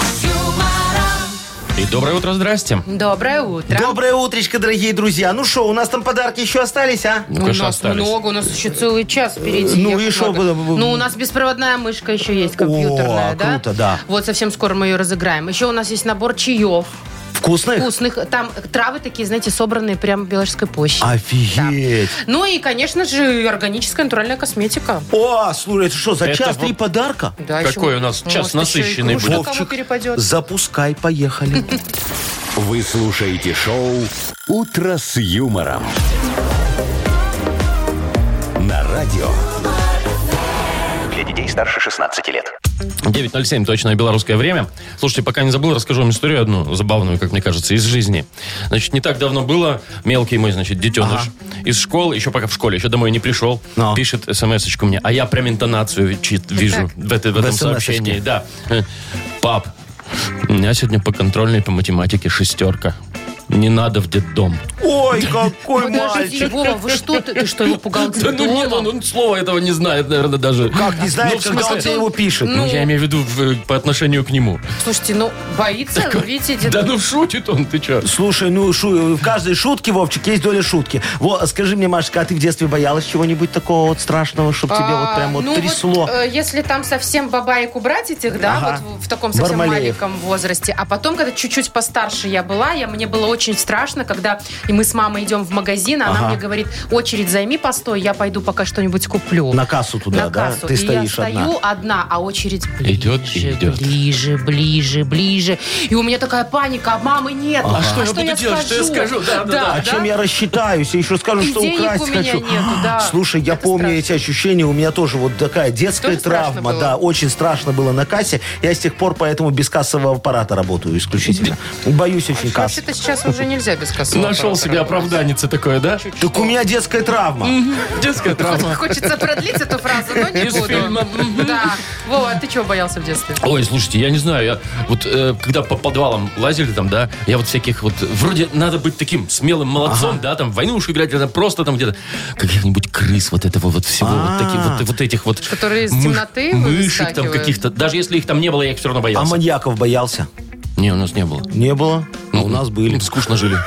И доброе утро, здрасте. Ну,
Доброе утро.
Доброе утречко, дорогие друзья. Ну что, у нас там подарки еще остались, а?
Ну,
у
конечно,
нас
остались.
много, у нас еще целый час впереди.
Ну
Яков
и шо
Маркович.
бы- бы-
Ну, у нас беспроводная мышка еще есть, компьютерная,
О,
да?
круто, да.
Вот совсем скоро мы ее разыграем. Еще у нас есть набор чаев
Вкусных?
вкусных. Там травы такие, знаете, собранные прямо в Белорусской площади.
А?
Офигеть.
Ну и, конечно же, органическая натуральная косметика.
О, слушай, это что, за
Это
час
вот-
три подарка?
Да, Ну,
Какой
еще-
у нас час
может, еще и
насыщенный
кружка
будет.
кому перепадет.
запускай, поехали.
Вы слушаете шоу «Утро с юмором». На радио
Для детей старше 16 лет.
9.07, точное белорусское время. Слушайте, пока не забыл, расскажу вам историю одну забавную, как мне кажется, из жизни. Значит, не так давно было, мелкий мой, значит, детеныш из школы, еще пока в школе, еще домой не пришел,
Но. Ну
пишет смс-очку мне, а я прям интонацию чит- вижу в, этой- в этом
SMS-очке.
сообщении. Да. Э, Пап, у меня сегодня по контрольной по математике шестерка. Не надо в детдом.
Ой, какой
Подожди,
мальчик.
Вова, вы что? Ты, ты что, его пугал
Да ну нет, он,
детдомом?
он слова этого не знает, наверное, даже.
Как не
Ну,
знает,
в
когда он
смысле-
тебе его пишет?
Ну, я имею в виду в- по отношению к нему.
Слушайте, ну, боится, видите, дед-
Да ну шутит он, ты че?
Слушай, ну шу- в каждой шутке, Вовчик, есть доля шутки. Вот, скажи мне, Машка, а ты в детстве боялась чего-нибудь такого вот страшного, чтобы тебе вот
А,
прям вот
ну
трясло?
э, если там совсем бабаек убрать этих, да,
Ага.
вот в- в таком совсем
Бармалеев.
маленьком возрасте. А потом, когда чуть-чуть постарше я была, я, мне было очень страшно, когда и мы с мамой идем в магазин, а она
Ага.
мне говорит, очередь займи, постой, я пойду пока что-нибудь куплю.
На кассу туда,
На
да?
кассу.
Ты
и
стоишь
я
одна.
стою одна. а очередь ближе,
Идет и идет.
ближе, ближе, ближе. И у меня такая паника, а мамы нет.
А что я буду делать? Что я скажу? Да, да, да.
А чем я рассчитаюсь? Я еще скажу,
И
что
денег
украсть
у меня
хочу.
нету, да.
Слушай, я
Это
помню
страшно.
эти ощущения. У меня тоже вот такая детская
Тоже страшно
травма.
было?
Да, очень страшно было на кассе. Я с тех пор поэтому без кассового аппарата работаю исключительно. Боюсь
А
очень кассы.
Вообще-то сейчас уже нельзя без кассы.
Нашел себе оправданица такое, да?
Так у меня детская травма.
Детская травма.
Хочется продлить эту фразу, но не
Из
буду.
фильма.
Да. Вова, а ты чего боялся в детстве?
Ой, слушайте, я не знаю, я вот э, когда по подвалам лазили там, да, я вот всяких вот, э, вроде надо быть таким смелым молодцом, да, там в войнушку играть, или просто там где-то каких-нибудь крыс вот этого вот всего, вот таких
А.
вот, вот этих вот.
Которые из
мыш-
темноты
Мышек там
выскакивают.
каких-то, даже если их там не было, я их все равно
А
боялся.
маньяков боялся?
Не, у нас не было.
Не было. А у нас были.
Скучно жили.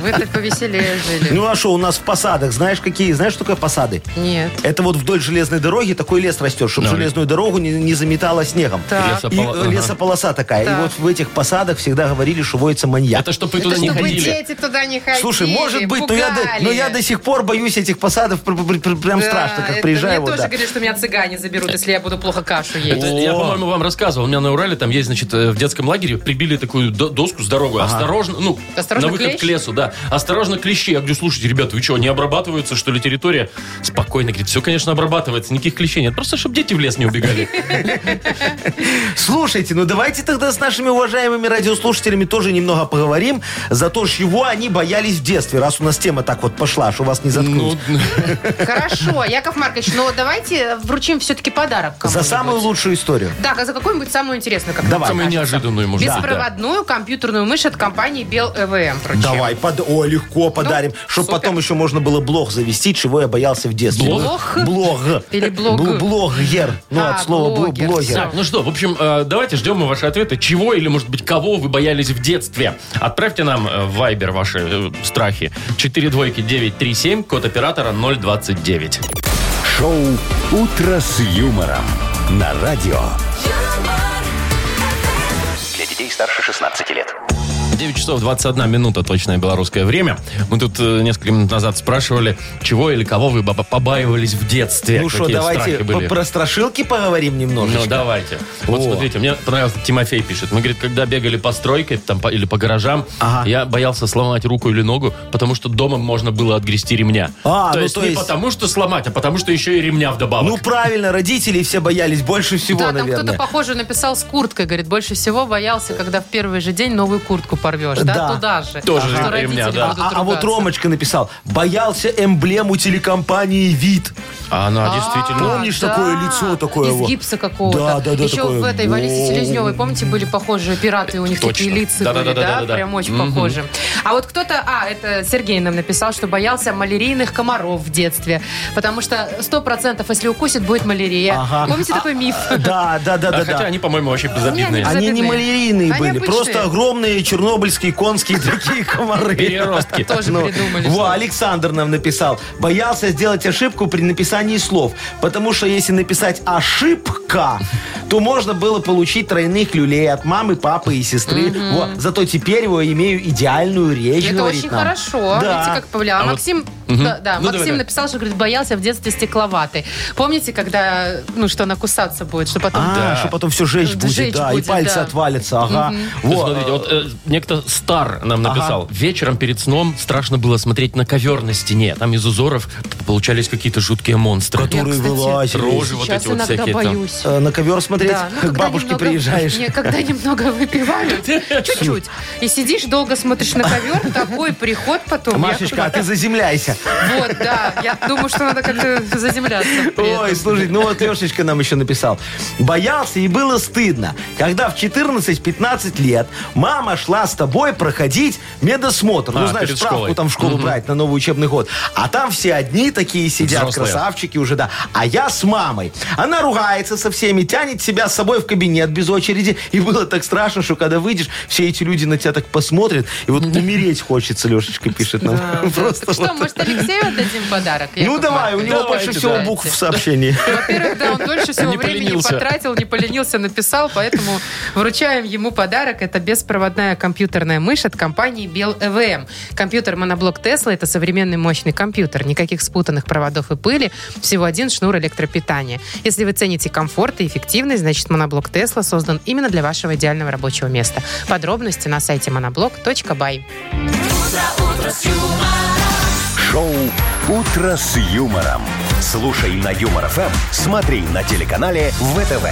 Вы-то повеселее жили.
Ну а что, у нас в посадах, знаешь, какие, знаешь, что такое посады?
Нет.
Это вот вдоль железной дороги такой лес растет, чтобы
Да.
железную дорогу не, не заметало снегом.
Так.
И
Лесополо-
э,
Ага.
лесополоса такая.
Так.
И вот в этих посадах всегда говорили, что водится маньяк.
Это чтобы туда
Это
не
чтобы
ходили.
дети туда не ходили.
Слушай, может быть, но я, до, но я до сих пор боюсь этих посадов, пр- пр- пр- прям
Да,
страшно, как
это Мне
приезжаю. вот,
тоже
да.
говорят, что меня цыгане заберут, если я буду плохо кашу
Это
есть.
я, по-моему, вам рассказывал. У меня на Урале там есть, значит, э, в детском лагере прибили такую до- доску здоровую. Осторожно, ну,
Осторожно,
на выход
клещ?
к лесу, да. Осторожно, клещи. Я говорю, слушайте, ребята, вы что, не обрабатываются, что ли, территория? Спокойно, говорит, все, конечно, обрабатывается, никаких клещей нет. Просто, чтобы дети в лес не убегали.
Слушайте, ну давайте тогда с нашими уважаемыми радиослушателями тоже немного поговорим за то, чего они боялись в детстве, раз у нас тема так вот пошла, что вас не заткнуть.
Ну,
Хорошо, Яков Маркович, но давайте вручим все-таки подарок
за
кому-нибудь.
самую лучшую историю.
Да, за какую-нибудь самую интересную, как
Давай.
нам
самое
кажется.
неожиданную, может быть. да.
Беспроводную компьютерную мышь от компании Бел ЭВМ. вручим.
Давай, под... о, легко подарим, чтобы
Ну, супер.
потом еще можно было блог завести, чего я боялся в детстве. Ну,
Блог?
Блог.
Или блог?
Бл- блогер. Ну,
А,
от слова бл-
блогер.
блогер.
Так, ну что, в общем, э, давайте ждем мы ваши ответы. Чего или, может быть, кого вы боялись в детстве? Отправьте нам э, в Viber ваши э, страхи. 4 двойки 937, код оператора 029.
шоу «Утро с юмором». На радио
Для детей старше 16 лет.
9 часов 21 минута, точное белорусское время. Мы тут э, несколько минут назад спрашивали, чего или кого вы баба- побаивались в детстве.
Ну что,
какие
давайте
страхи были.
по- про страшилки поговорим
Ну,
немножечко.
давайте. Вот
О.
смотрите, мне понравился, Тимофей пишет. Мы, говорит, когда бегали по стройке там, по- или по гаражам,
Ага.
я боялся сломать руку или ногу, потому что дома можно было отгрести ремня.
А,
то
ну,
есть
то
не
есть-
потому что сломать, а потому что еще и ремня вдобавок.
Ну, правильно, родители все боялись больше всего,
Да, там
наверное.
кто-то, похоже, написал с курткой, говорит, больше всего боялся, когда в первый же день новую куртку порвешь, да?
Да.
Туда же.
Тоже
Что
же
родители
ремня, да.
будут
А, а вот
ругаться.
Ромочка написал, боялся эмблему телекомпании «Вид».
А она действительно...
Помнишь такое лицо такое
Из
вот?
гипса какого-то.
Да, да, да,
Еще
такое.
в этой Валисе Селезневой, помните, были похожие пираты, у них
Точно.
такие лица
Да, да,
были,
да, да, да, да.
Прям очень
Мгм.
похожи. А вот кто-то, а, это Сергей нам написал, что боялся малярийных комаров в детстве, потому что 100% если укусит, будет малярия.
Ага.
Помните такой миф?
Да, да, да,
А
да,
хотя
да.
они, по-моему, вообще
Не, они
Они
безобидные.
не
безобидные.
малярийные
Они
были,
обычные.
просто огромные чернобыльские конские такие комары.
Переростки.
Тоже
Ну,
придумали.
Во,
что-
Александр нам написал. Боялся сделать ошибку при написании слов. Потому что если написать «ошибка», то можно было получить тройных люлей от мамы, папы и сестры. Во, зато теперь его имею идеальную речь,
Это
говорит
очень
нам.
хорошо.
Да.
Видите, как повлияло.
А вот-
Максим, да, да,
Ну,
Максим
давай, да.
написал, что говорит, боялся в детстве стекловатой. Помните, когда, ну, что она кусаться будет, что потом...
А,
Да.
что потом все жечь
Жечь
будет, да,
будет,
и пальцы
да.
отвалятся, ага. Во,
Смотрите, вот э, некто Стар нам написал. Вечером перед сном страшно было смотреть на ковер на стене. Там из узоров получались какие-то жуткие монстры.
которые
кстати,
вылазили.
рожи вот
Сейчас
эти вот
иногда
всякие там.
боюсь.
Э, На ковер смотреть,
Да, ну,
как к
когда
бабушке
немного-
приезжаешь.
не, когда немного выпивают, чуть-чуть, и сидишь, долго смотришь на ковер, такой приход потом. я
Машечка, а ты
как-то-
заземляйся.
Вот, да, я думаю, что надо как-то заземляться. при этом.
Ой, слушай, ну вот Лешечка нам еще написал. Боялся и было стыдно, когда в 14-15 лет мама шла с тобой проходить медосмотр.
А,
ну, знаешь,
перед
справку
школой.
там в школу брать на новый учебный год. А там все одни такие сидят,
Взрослые.
красавчики уже, да. А я с мамой. Она ругается со всеми, тянет себя с собой в кабинет без очереди. И было так страшно, что когда выйдешь, все эти люди на тебя так посмотрят. И вот умереть хочется, Лешечка пишет нам.
Да, да.
Просто
Так Что,
вот.
может, Алексею отдадим подарок?
Ну
Яков
давай, у
Маркович?
него
Давайте,
больше всего
давайте.
букв в сообщении.
Во-первых, да, он дольше всего
Не
времени
поленился.
потратил, не поленился, написал, поэтому вручаем ему подарок. Это беспроводная компьютерная мышь от компании Bell EVM. Компьютер моноблок Tesla – это современный мощный компьютер. Никаких спутанных проводов и пыли, всего один шнур электропитания. Если вы цените комфорт и эффективность, значит моноблок Tesla создан именно для вашего идеального рабочего места. Подробности на сайте monoblock.by.
Шоу «Утро с юмором». Слушай на Юмор ФМ, смотри на телеканале ВТВ.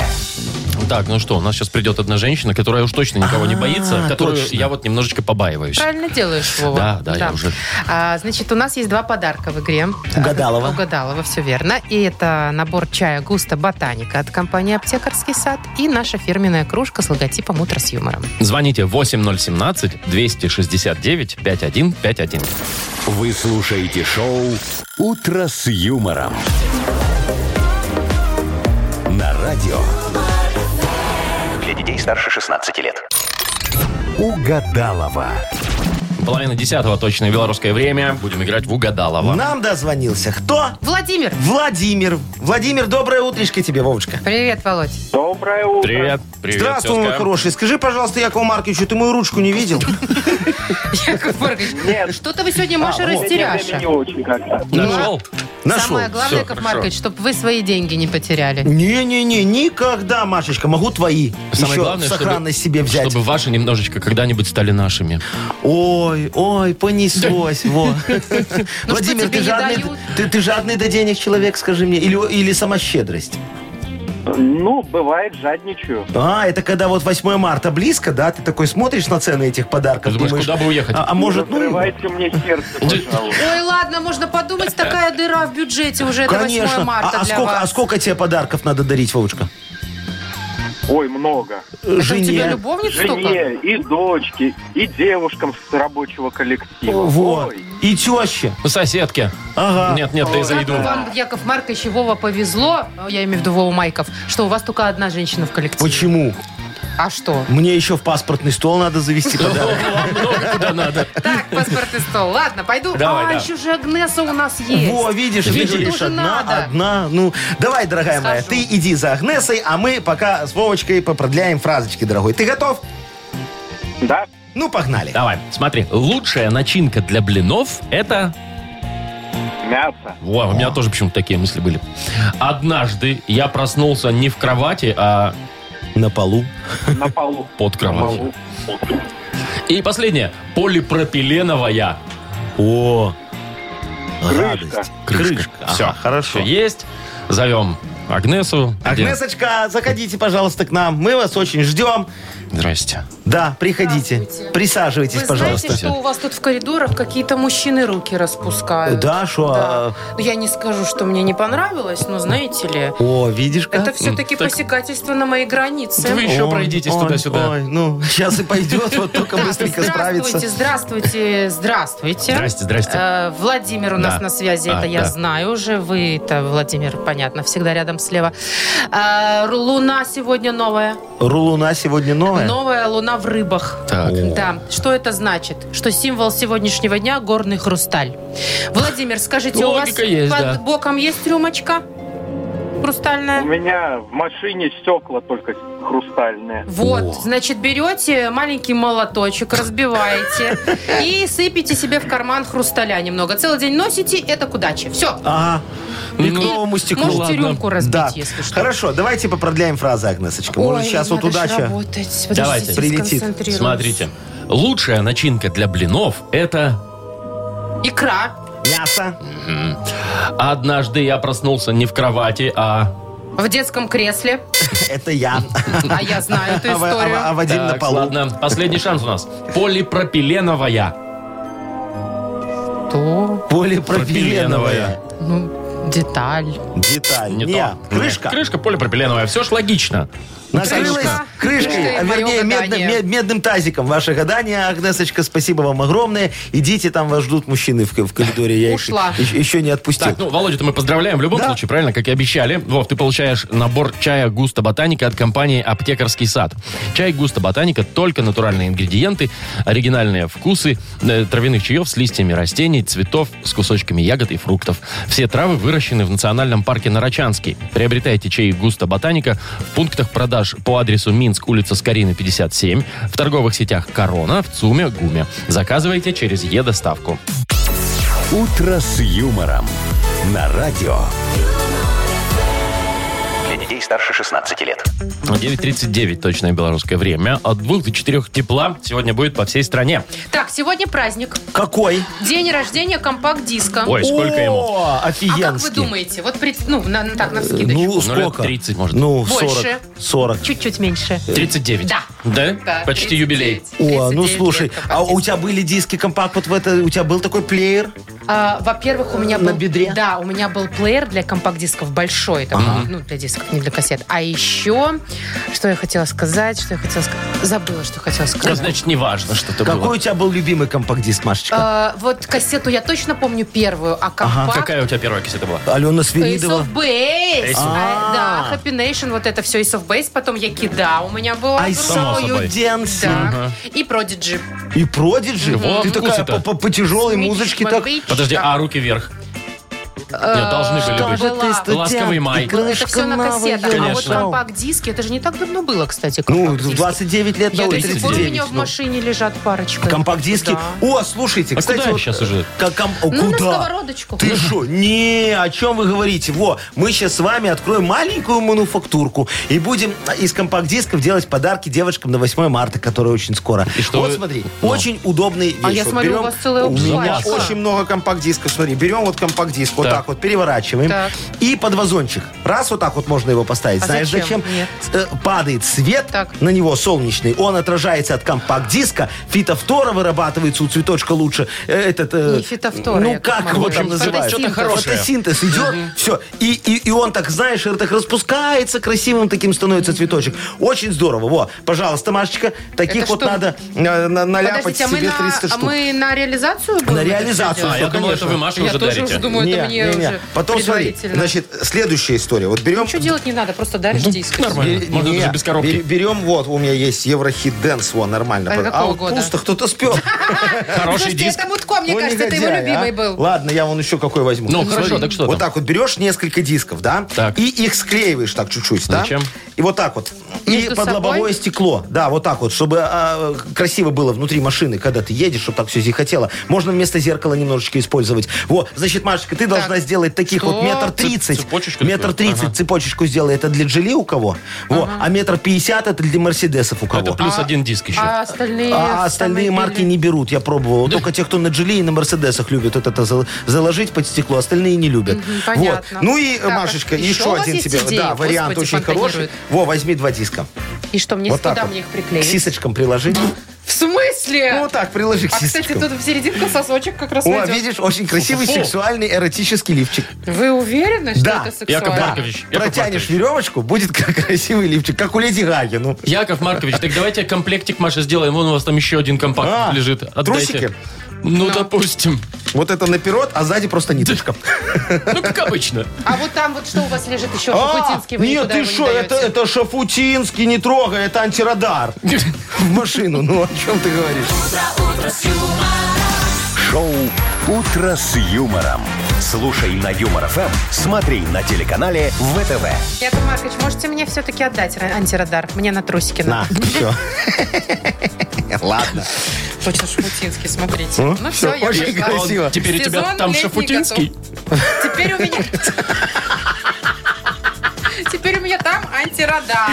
Так, ну что, у нас сейчас придет одна женщина, которая уж точно никого не боится, которую
А, точно.
я вот немножечко побаиваюсь.
Правильно делаешь, Вова.
Да, да, я уже.
А, значит, у нас есть два подарка в игре.
Угадалова.
Угадалова, все верно. И это набор чая «Густо Ботаника» от компании «Аптекарский сад» и наша фирменная кружка с логотипом «Утро с юмором».
Звоните 8017-269-5151.
Вы слушаете шоу «Утро с юмором». На радио
Для детей старше 16 лет.
«Угадалова».
Половина десятого точное белорусское время. Будем играть в угадалово.
Нам дозвонился. Кто?
Владимир!
Владимир. Владимир, доброе утречко тебе, Вовочка.
Привет, Володь.
Доброе утро.
Привет. Привет,
Здравствуй, мой
тезка.
хороший. Скажи, пожалуйста, Якову Марковичу, ты мою ручку не видел?
Яков Маркович, что-то вы сегодня, Маша,
А, вот.
растеряша.
очень как-то.
Нашел?
Ну, Нашел.
Самое главное,
Всё,
Яков
хорошо.
Маркович, чтобы вы свои деньги не потеряли.
Не-не-не, никогда, Машечка. Могу твои
Самое
еще
главное,
в сохранность себе взять.
чтобы ваши немножечко когда-нибудь стали нашими.
Ой, ой, понеслось.
Ну,
Во. Владимир,
тебе
ты
не
жадный,
дают?
ты, ты жадный до денег человек, скажи мне, или, или сама щедрость?
Ну, бывает, жадничаю.
А, это когда вот 8 марта близко, да, ты такой смотришь на цены этих подарков,
Ты думаешь, куда бы уехать?
А, а может, ну, его?
Закрывайте мне сердце, пожалуйста.
Ой, ладно, можно подумать, такая дыра в бюджете уже до 8
Конечно.
марта
а, а
для
сколько,
вас.
а сколько тебе подарков надо дарить, Вовочка?
Ой, много.
Э,
Это у тебя любовниц столько?
Жене и дочке, и девушкам с рабочего коллектива.
Вот.
Ой,
И теще.
Ну, Соседки.
Ага.
Нет, нет, ты за еду.
Вам, Яков Маркович, и Вова повезло, я имею в виду Вову Майков, что у вас только одна женщина в коллективе.
Почему?
А что?
Мне еще в паспортный стол надо завести подарок.
Куда надо.
Так, паспортный стол. Ладно, пойду.
Давай,
а,
да.
еще же Агнеса у нас есть.
Во, видишь, ты
Видишь?
говоришь,
Тоже
одна,
надо.
одна. Ну, давай, дорогая моя,
Схожу.
ты иди за Агнесой, а мы пока с Вовочкой попродляем фразочки, дорогой. Ты готов?
Да?
Ну, погнали.
Давай, смотри. Лучшая начинка для блинов – это...
Мясо.
Во, у меня тоже почему-то такие мысли были. Однажды я проснулся не в кровати, а
На полу.
На полу.
под кроватью.
Полу.
И последнее. Полипропиленовая
О,
Крышка.
Крышка.
Все.
Ага, хорошо.
Есть. Зовем Агнесу. где?
Агнесочка, заходите, пожалуйста, к нам. Мы вас очень ждем.
Здрасте.
Да, приходите.
Здравствуйте.
Присаживайтесь,
Вы
пожалуйста.
знаете, что у вас тут в коридорах какие-то мужчины руки распускают?
Да, шо,
Да. Ну, Я не скажу, что мне не понравилось, но знаете ли,
О, видишь как?
это все-таки
Так-
посягательство на мои границы.
Вы еще
Он,
пройдитесь
он,
туда-сюда.
Ой, ну, сейчас и пойдет, вот только
Так,
быстренько справится.
Здравствуйте, здравствуйте, здравствуйте.
Здрасте, здрасте.
Э, Владимир у
Да.
нас на связи,
А,
это я
да.
знаю уже. Вы, это Владимир, понятно, всегда рядом слева. Э, Луна сегодня новая.
Рулуна сегодня новая?
Новая луна в рыбах.
Так. О.
Да. Что это значит? Что символ сегодняшнего дня горный хрусталь. Владимир, скажите, у вас
Логика есть,
под
да.
боком есть рюмочка хрустальная?
меня в машине стекла только хрустальные.
Вот, значит, берете маленький молоточек, разбиваете и сыпите себе в карман хрусталя немного. Целый день носите, это к удаче. Все.
Ага. И к
Ну,
новому стеклу.
Можете
ладно.
рюмку разбить,
Да.
если что.
Хорошо, давайте попродляем фразы, Агнесочка. Может,
Ой,
сейчас вот
надо ж
удача.
работать.
Давайте.
Подождите,
Прилетит.
сконцентрируюсь.
Смотрите. Лучшая начинка для блинов – это
Икра
Мясо.
«Однажды я проснулся не в кровати, а…»
в детском кресле.
Это я.
А я знаю эту
А Ва-
историю.
А Ва- а Вадим на
Так,
полу.
ладно, последний шанс у нас. Полипропиленовая.
а
То,
Полипропиленовая.
ну, деталь.
Деталь. Не, крышка.
Крышка полипропиленовая. Все ж логично.
Накрылась
Крышка.
крышкой,
Крышкой
а
моё
вернее медным,
гадание.
мед- медным тазиком. Ваше гадание, Агнесочка, спасибо вам огромное. Идите, там вас ждут мужчины в, в коридоре. Я их
Ушла.
еще, еще не отпустил.
Так, ну, Володя-то мы поздравляем в любом
Да.
случае, правильно, как и обещали. Вов, ты получаешь набор чая «Густо Ботаника» от компании «Аптекарский сад». Чай «Густо Ботаника» — только натуральные ингредиенты, оригинальные вкусы э, травяных чаев с листьями растений, цветов, с кусочками ягод и фруктов. Все травы выращены в национальном парке Нарачанский. Приобретайте чай «Густо Ботаника» в пунктах продаж по адресу Минск, улица Скорины, 57, в торговых сетях «Корона», в ЦУМе, ГУМе. Заказывайте через «Е-доставку».
«Утро с юмором» на радио.
Для детей старше 16 лет.
9.39 точное белорусское время. От 2 до 4 тепла сегодня будет по всей стране.
Так, сегодня праздник.
Какой?
День рождения компакт-диска.
Ой, сколько ему?
О,
а как вы
офигенски.
думаете? Вот при, ну, на, на- так, на вскидочку.
Ну,
Ну, лет
сколько?
30, может.
Ну,
Больше.
40. 40.
Чуть-чуть меньше.
39.
Да.
Да?
Да,
Ну. Почти
39.
юбилей.
О, ну
39 лет
слушай, а у тебя были диски компакт вот в это, у тебя был такой плеер?
А, во-первых, у меня был...
На бедре?
Да, у меня был плеер для компакт-дисков большой. Там, Ну, для дисков, не для кассет. А еще, что я хотела сказать, что я хотела сказать... Забыла, что хотела
Ну,
сказать.
значит, не важно, что это
Какой
было.
у тебя был любимый компакт-диск, Машечка?
А, вот кассету я точно помню первую, а компакт...
Какая у тебя первая кассета была?
А,
Алена
Ace
Свиридова.
of Base.
А.
А, Да, Happy Nation, вот это все Ace of Base. Потом я кида у меня была.
I
Само
saw you
собой.
dancing.
Да. И Prodigy.
И Продиджи.
Во,
Ты такая
вкусы-то.
по- по по тяжелой музычке так...
Подожди, а руки вверх? Нет, должны были
Э, что
быть.
же была.
студент
Ласковый
и
май.
крышка
Это все на
новая.
кассетах. А вот
Конечно.
компакт-диски, это же не так давно было, кстати,
Ну,
компакт-диски.
29 лет,
Я
на
до сих пор у
39.
меня в
ну.
машине лежат парочка.
Компакт-диски.
Да.
О, слушайте,
А
кстати...
куда
вот-
сейчас уже?
Как ком- о,
Ну, на
Куда?
сковородочку.
Ты что? Не, о чем вы говорите? Во, мы сейчас с вами откроем маленькую мануфактурку и будем из компакт-дисков делать подарки девочкам на 8 марта, которые очень скоро.
И что
вот
вы-
смотри,
Ну.
очень удобный вещь.
А я
Вот
смотрю, у вас целая
У меня
упаковка.
очень много компакт-дисков. Смотри, берем вот компакт-диск, вот
Так.
так вот переворачиваем.
Так.
И под вазончик. Раз вот так вот можно его поставить.
А
Знаешь,
зачем?
зачем?
Нет.
Э, Падает свет
Так.
на него солнечный. Он отражается от компакт-диска. Фитофтора вырабатывается у цветочка лучше. Э, Этот, э,
Не фитофтора,
Ну,
Яков
как его
Маркович,
там называют?
фотосинтез. Что-то
хорошее.
Фотосинтез идет, все. И, и, и он так, знаешь, так распускается, красивым таким становится цветочек. Очень здорово. Во, пожалуйста, Машечка, таких
Это
вот
что?
надо э, на- наляпать
Подождите, а мы,
себе 300
на, а
штук.
мы на реализацию будем? это
реализацию.
А,
делать?
я
Ну,
думал, это
конечно.
вы Маше
Я
уже
тоже уже
дарите.
думаю,
Не,
это мне
не, не.
уже
Потом смотри,
предварительно.
значит, ну, следующая история. Вот берем...
Ничего делать не надо, просто даришь диск.
нормально.
Бе-
Можно
не,
даже без коробки.
бе- Берем, вот, у меня есть Еврохит Дэнс, вон, нормально.
А
А,
какого
вот
года?
пусто, кто-то спер. Ну,
Хороший
Слушайте,
диск.
это Мутко, мне
Ой,
кажется, это его
негодяй, а.
любимый был.
Ладно, я вон еще какой возьму.
Ну, хорошо,
Смотри,
так что
Вот
там?
так вот берешь несколько дисков, да?
Так.
И их склеиваешь так чуть-чуть, да?
Зачем?
И вот так вот. И
Между
под
собой?
лобовое стекло. Да, вот так вот, чтобы а, красиво было внутри машины, когда ты едешь, чтобы так все зихотело. Можно вместо зеркала немножечко использовать. Вот, значит, Машечка, ты должна сделает таких
Что?
вот метр тридцать.
цепочечку
Метр
такую?
тридцать
Ага.
цепочечку сделает. Это для Джили у кого? Во. А метр пятьдесят это для Мерседесов у кого?
Это плюс один диск еще.
А остальные,
А остальные марки не берут, я пробовал. Только те, кто на джили и на мерседесах любят вот это зал- заложить под стекло, остальные не любят.
понятно.
Вот. Ну и,
Так,
Машечка,
а еще у
еще
вас
один
есть
тебе.
идеи?
Да, вариант
Господи,
очень хороший.
фонтанирует.
Во, возьми два диска.
И что, мне
вот так
куда
вот.
мне их
К
приклеить?
сисочкам приложи.
В смысле?
Ну вот так, приложи к
а, кстати,
сисочкам.
тут в серединку сосочек как раз
О,
войдет.
видишь, очень красивый
Фу-фу-фу.
сексуальный эротический лифчик.
Вы уверены, что
Да.
это сексуально?
Яков Маркович. Яков
Протянешь
Маркович.
веревочку, будет как красивый лифчик, как у Леди Гаги. Ну.
Яков Маркович, так давайте комплектик Маше сделаем. Вон у вас там еще один компакт
А,
лежит. Отдайте.
трусики?
Ну, допустим.
Вот это наперед, а сзади просто ниточка.
Ну, как обычно.
А вот там вот что у вас лежит еще
А,
шапутинский? Вы
Нет,
никуда
ты
его не
что, это,
даете.
это Шафутинский, не трогай, это антирадар. В машину, ну о чем ты говоришь?
Шоу «Утро с юмором». Слушай на Юмор ФМ, смотри на телеканале ВТВ.
Яков Маркович, можете мне все-таки отдать ра- антирадар? Мне на трусики
На,
надо.
все. Ладно.
Точно шапутинский, смотрите.
Ну,
Ну
всё,
все, я
очень
пошла.
красиво.
А он Теперь у тебя
Сезон
там
летний
Шафутинский.
Теперь у меня... Теперь у меня там антирадар.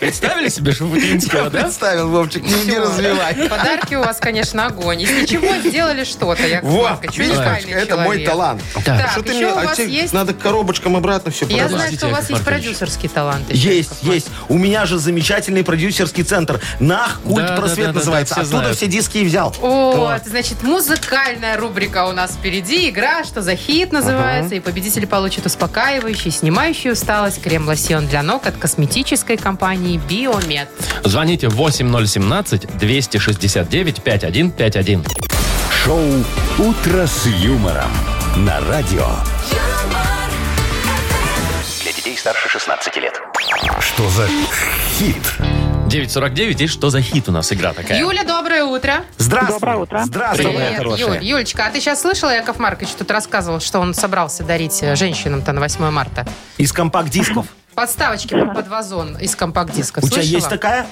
Представили себе Шафутинского, да?
Представил, Вовчик, не, не развивай.
Подарки у вас, конечно, огонь. Из ничего сделали что-то, Яков
Вот,
Маркович.
видишь,
уникальный
Машечка, это мой
человек.
талант.
Так.
Так,
Что ты
еще
мне-
у
а
вас
тебе
есть...
Надо к коробочкам обратно все
Я
продавать.
знаю, что у вас
Яков
есть
Маркович.
продюсерский талант. еще,
Есть,
Яков Маркович.
есть. У меня же замечательный продюсерский центр. Нах, культ
Да, да,
просвет
да, да,
называется.
да, все
Оттуда
знают.
все диски и взял.
Вот, значит, музыкальная рубрика у нас впереди. Игра «Что за хит» называется. И победитель получит успокаивающий, снимающий усталость крем-лосьон для ног от косметической компании «Биомед».
Звоните 8017-269-5151.
Шоу «Утро с юмором» на радио.
юмор,
Для детей старше 16 лет.
Что за хит?
949, и что за хит у нас игра такая?
Юля, доброе утро.
Здравствуй.
Доброе утро.
Здравствуй, моя хорошая.
Юль. Юлечка, а ты сейчас слышала, Яков Маркович тут рассказывал, что он собрался дарить э, женщинам-то на 8 марта?
Из компакт-дисков.
Подставочки под вазон из компакт-диска.
У тебя
Слышала?
есть такая?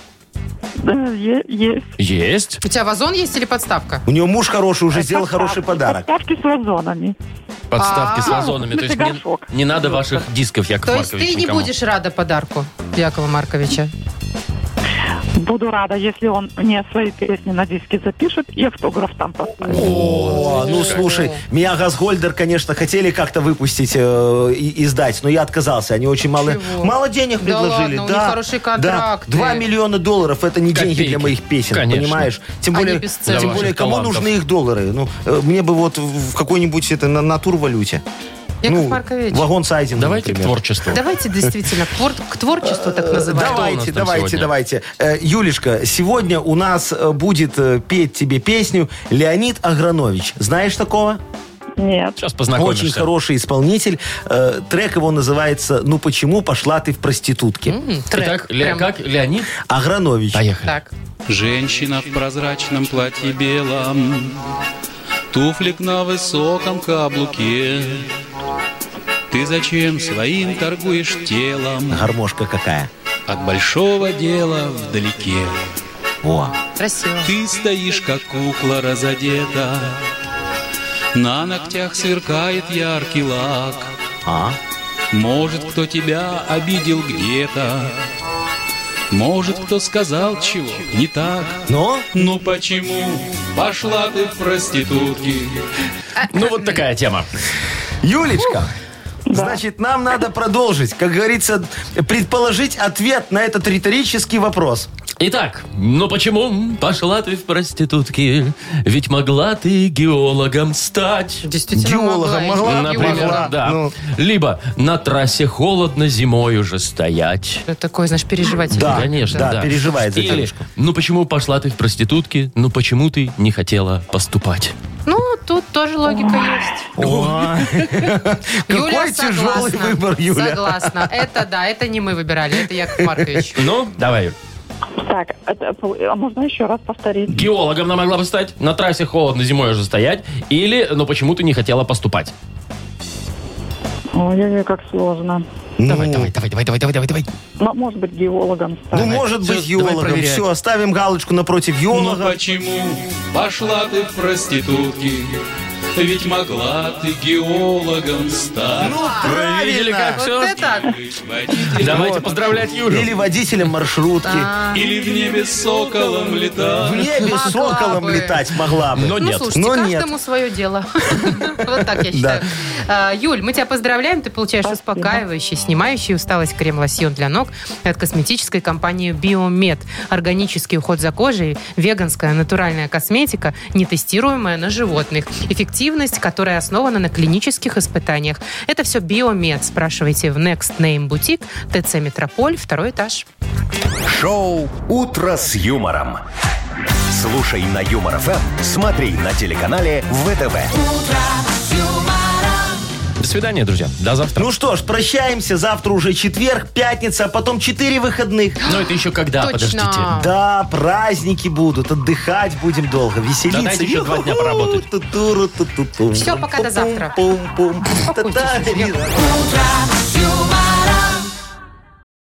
Да, е- есть.
Есть.
У тебя вазон есть или подставка?
У нее муж хороший, уже сделал хороший подарок.
Подставки с вазонами.
Подставки с
А,
вазонами. То есть
это
не,
горшок.
не надо ваших дисков, Яков
То есть
Маркович,
ты не
никому.
будешь рада подарку Якова Марковича?
Ну,
Буду рада, если он мне свои песни на диске запишет и автограф там поставит.
О, ну слушай, меня Газгольдер, конечно, хотели как-то выпустить э, и издать, но я отказался. Они очень мало,
Чего?
мало денег
Да
предложили.
ладно, у
да,
них хорошие контракты.
2 миллиона долларов это не деньги
Копейки.
для моих песен,
Конечно.
понимаешь? Тем
Они
более,
бесценны.
тем
Для
более
ваших
кому
талантов.
нужны их доллары? Ну, э, мне бы вот в в какой-нибудь это на натурвалюте.
Яков
ну,
Маркович.
вагон сайдинг,
Давайте к
например.
творчеству.
Давайте действительно к твор- к творчеству так
Э,
называемому.
Кто у нас
Давайте,
там
давайте,
сегодня?
давайте. Э, Юлечка, сегодня у нас э, будет э, петь тебе песню Леонид Агранович. Знаешь такого?
Нет.
Сейчас познакомимся.
Очень хороший исполнитель. Э, Трек его называется «Ну почему пошла ты в проститутке?»
М, трек
Итак, Ле-
прям.
как Леонид?
Агранович.
Поехали.
Так.
Женщина в прозрачном платье белом, Туфлик на высоком каблуке. Ты зачем своим торгуешь телом
Гармошка какая.
От большого дела вдалеке?
О.
Красиво.
Ты стоишь, как кукла разодета, На ногтях сверкает яркий лак.
А?
Может, кто тебя обидел где-то, Может, кто сказал чего не так.
Но?
Ну почему пошла ты в проститутки?
Ну, вот такая тема.
Юлечка, Значит, нам надо продолжить, как говорится, предположить ответ на этот риторический вопрос.
Итак, ну почему пошла ты в проститутки? Ведь могла ты геологом стать.
Действительно
Геологом могла,
и не
Например,
могла.
да.
Ну.
Либо на трассе холодно зимой уже стоять.
Это Такой, знаешь, переживатель.
Да,
Конечно,
да,
да.
переживает за
Или,
девушку.
ну почему пошла ты в проститутки? Ну почему ты не хотела поступать?
Ну, тут тоже логика есть.
О. Какой
Юля
тяжелый
согласна.
выбор, Юля.
Согласна. Это да, это не мы выбирали, это Яков Маркович.
Ну, давай. Юль.
Так, это, а можно еще раз повторить?
Геологом она могла бы стать, на трассе холодно зимой уже стоять, или, ну почему ты не хотела поступать?
Ой-ой-ой, как сложно.
Давай, давай, давай, давай, давай, давай, давай, давай.
Ну, может быть, геологом
Ну,
стать.
может
Всё,
быть,
давай
геологом.
проверяй.
Все, оставим галочку напротив
Ну
геолога.
почему пошла ты в проститутки? Ты ведь могла ты геологом стать.
Ну,
Вы видели, как
правильно.
Вот
все?
это
Быть водителем
Давайте поздравлять Юлю.
Или водителем маршрутки.
Или в небе соколом
В
летать.
небе
Могла
соколом
А. бы.
летать могла бы.
Но
Но
Ну,
нет.
слушайте,
но нет.
каждому свое дело. Вот так я считаю. А, Юль, мы тебя поздравляем. Ты получаешь
Спасибо.
успокаивающий, снимающий усталость крем-лосьон для ног от косметической компании Биомед. Органический уход за кожей, веганская натуральная косметика, нетестируемая на животных. Эффективность, которая основана на клинических испытаниях. Это все Биомед. Спрашивайте в Next Name Boutique, ТЦ Метрополь, второй этаж.
Шоу «Утро с юмором». Слушай на Юмор ФМ, смотри на телеканале ВТВ.
До свидания, друзья. До завтра.
Ну что ж, прощаемся. Завтра уже четверг, пятница, а потом четыре выходных.
Но Ну, это еще когда,
Точно.
подождите.
Да, праздники будут, отдыхать будем долго, веселиться.
дайте еще два дня поработать.
Ту-туру, ту-ту-тум.
Всё, пока, до завтра.
Пум-пум-пум.
Успокойтесь,
Та-та,
Яков
Ирина.
юмор.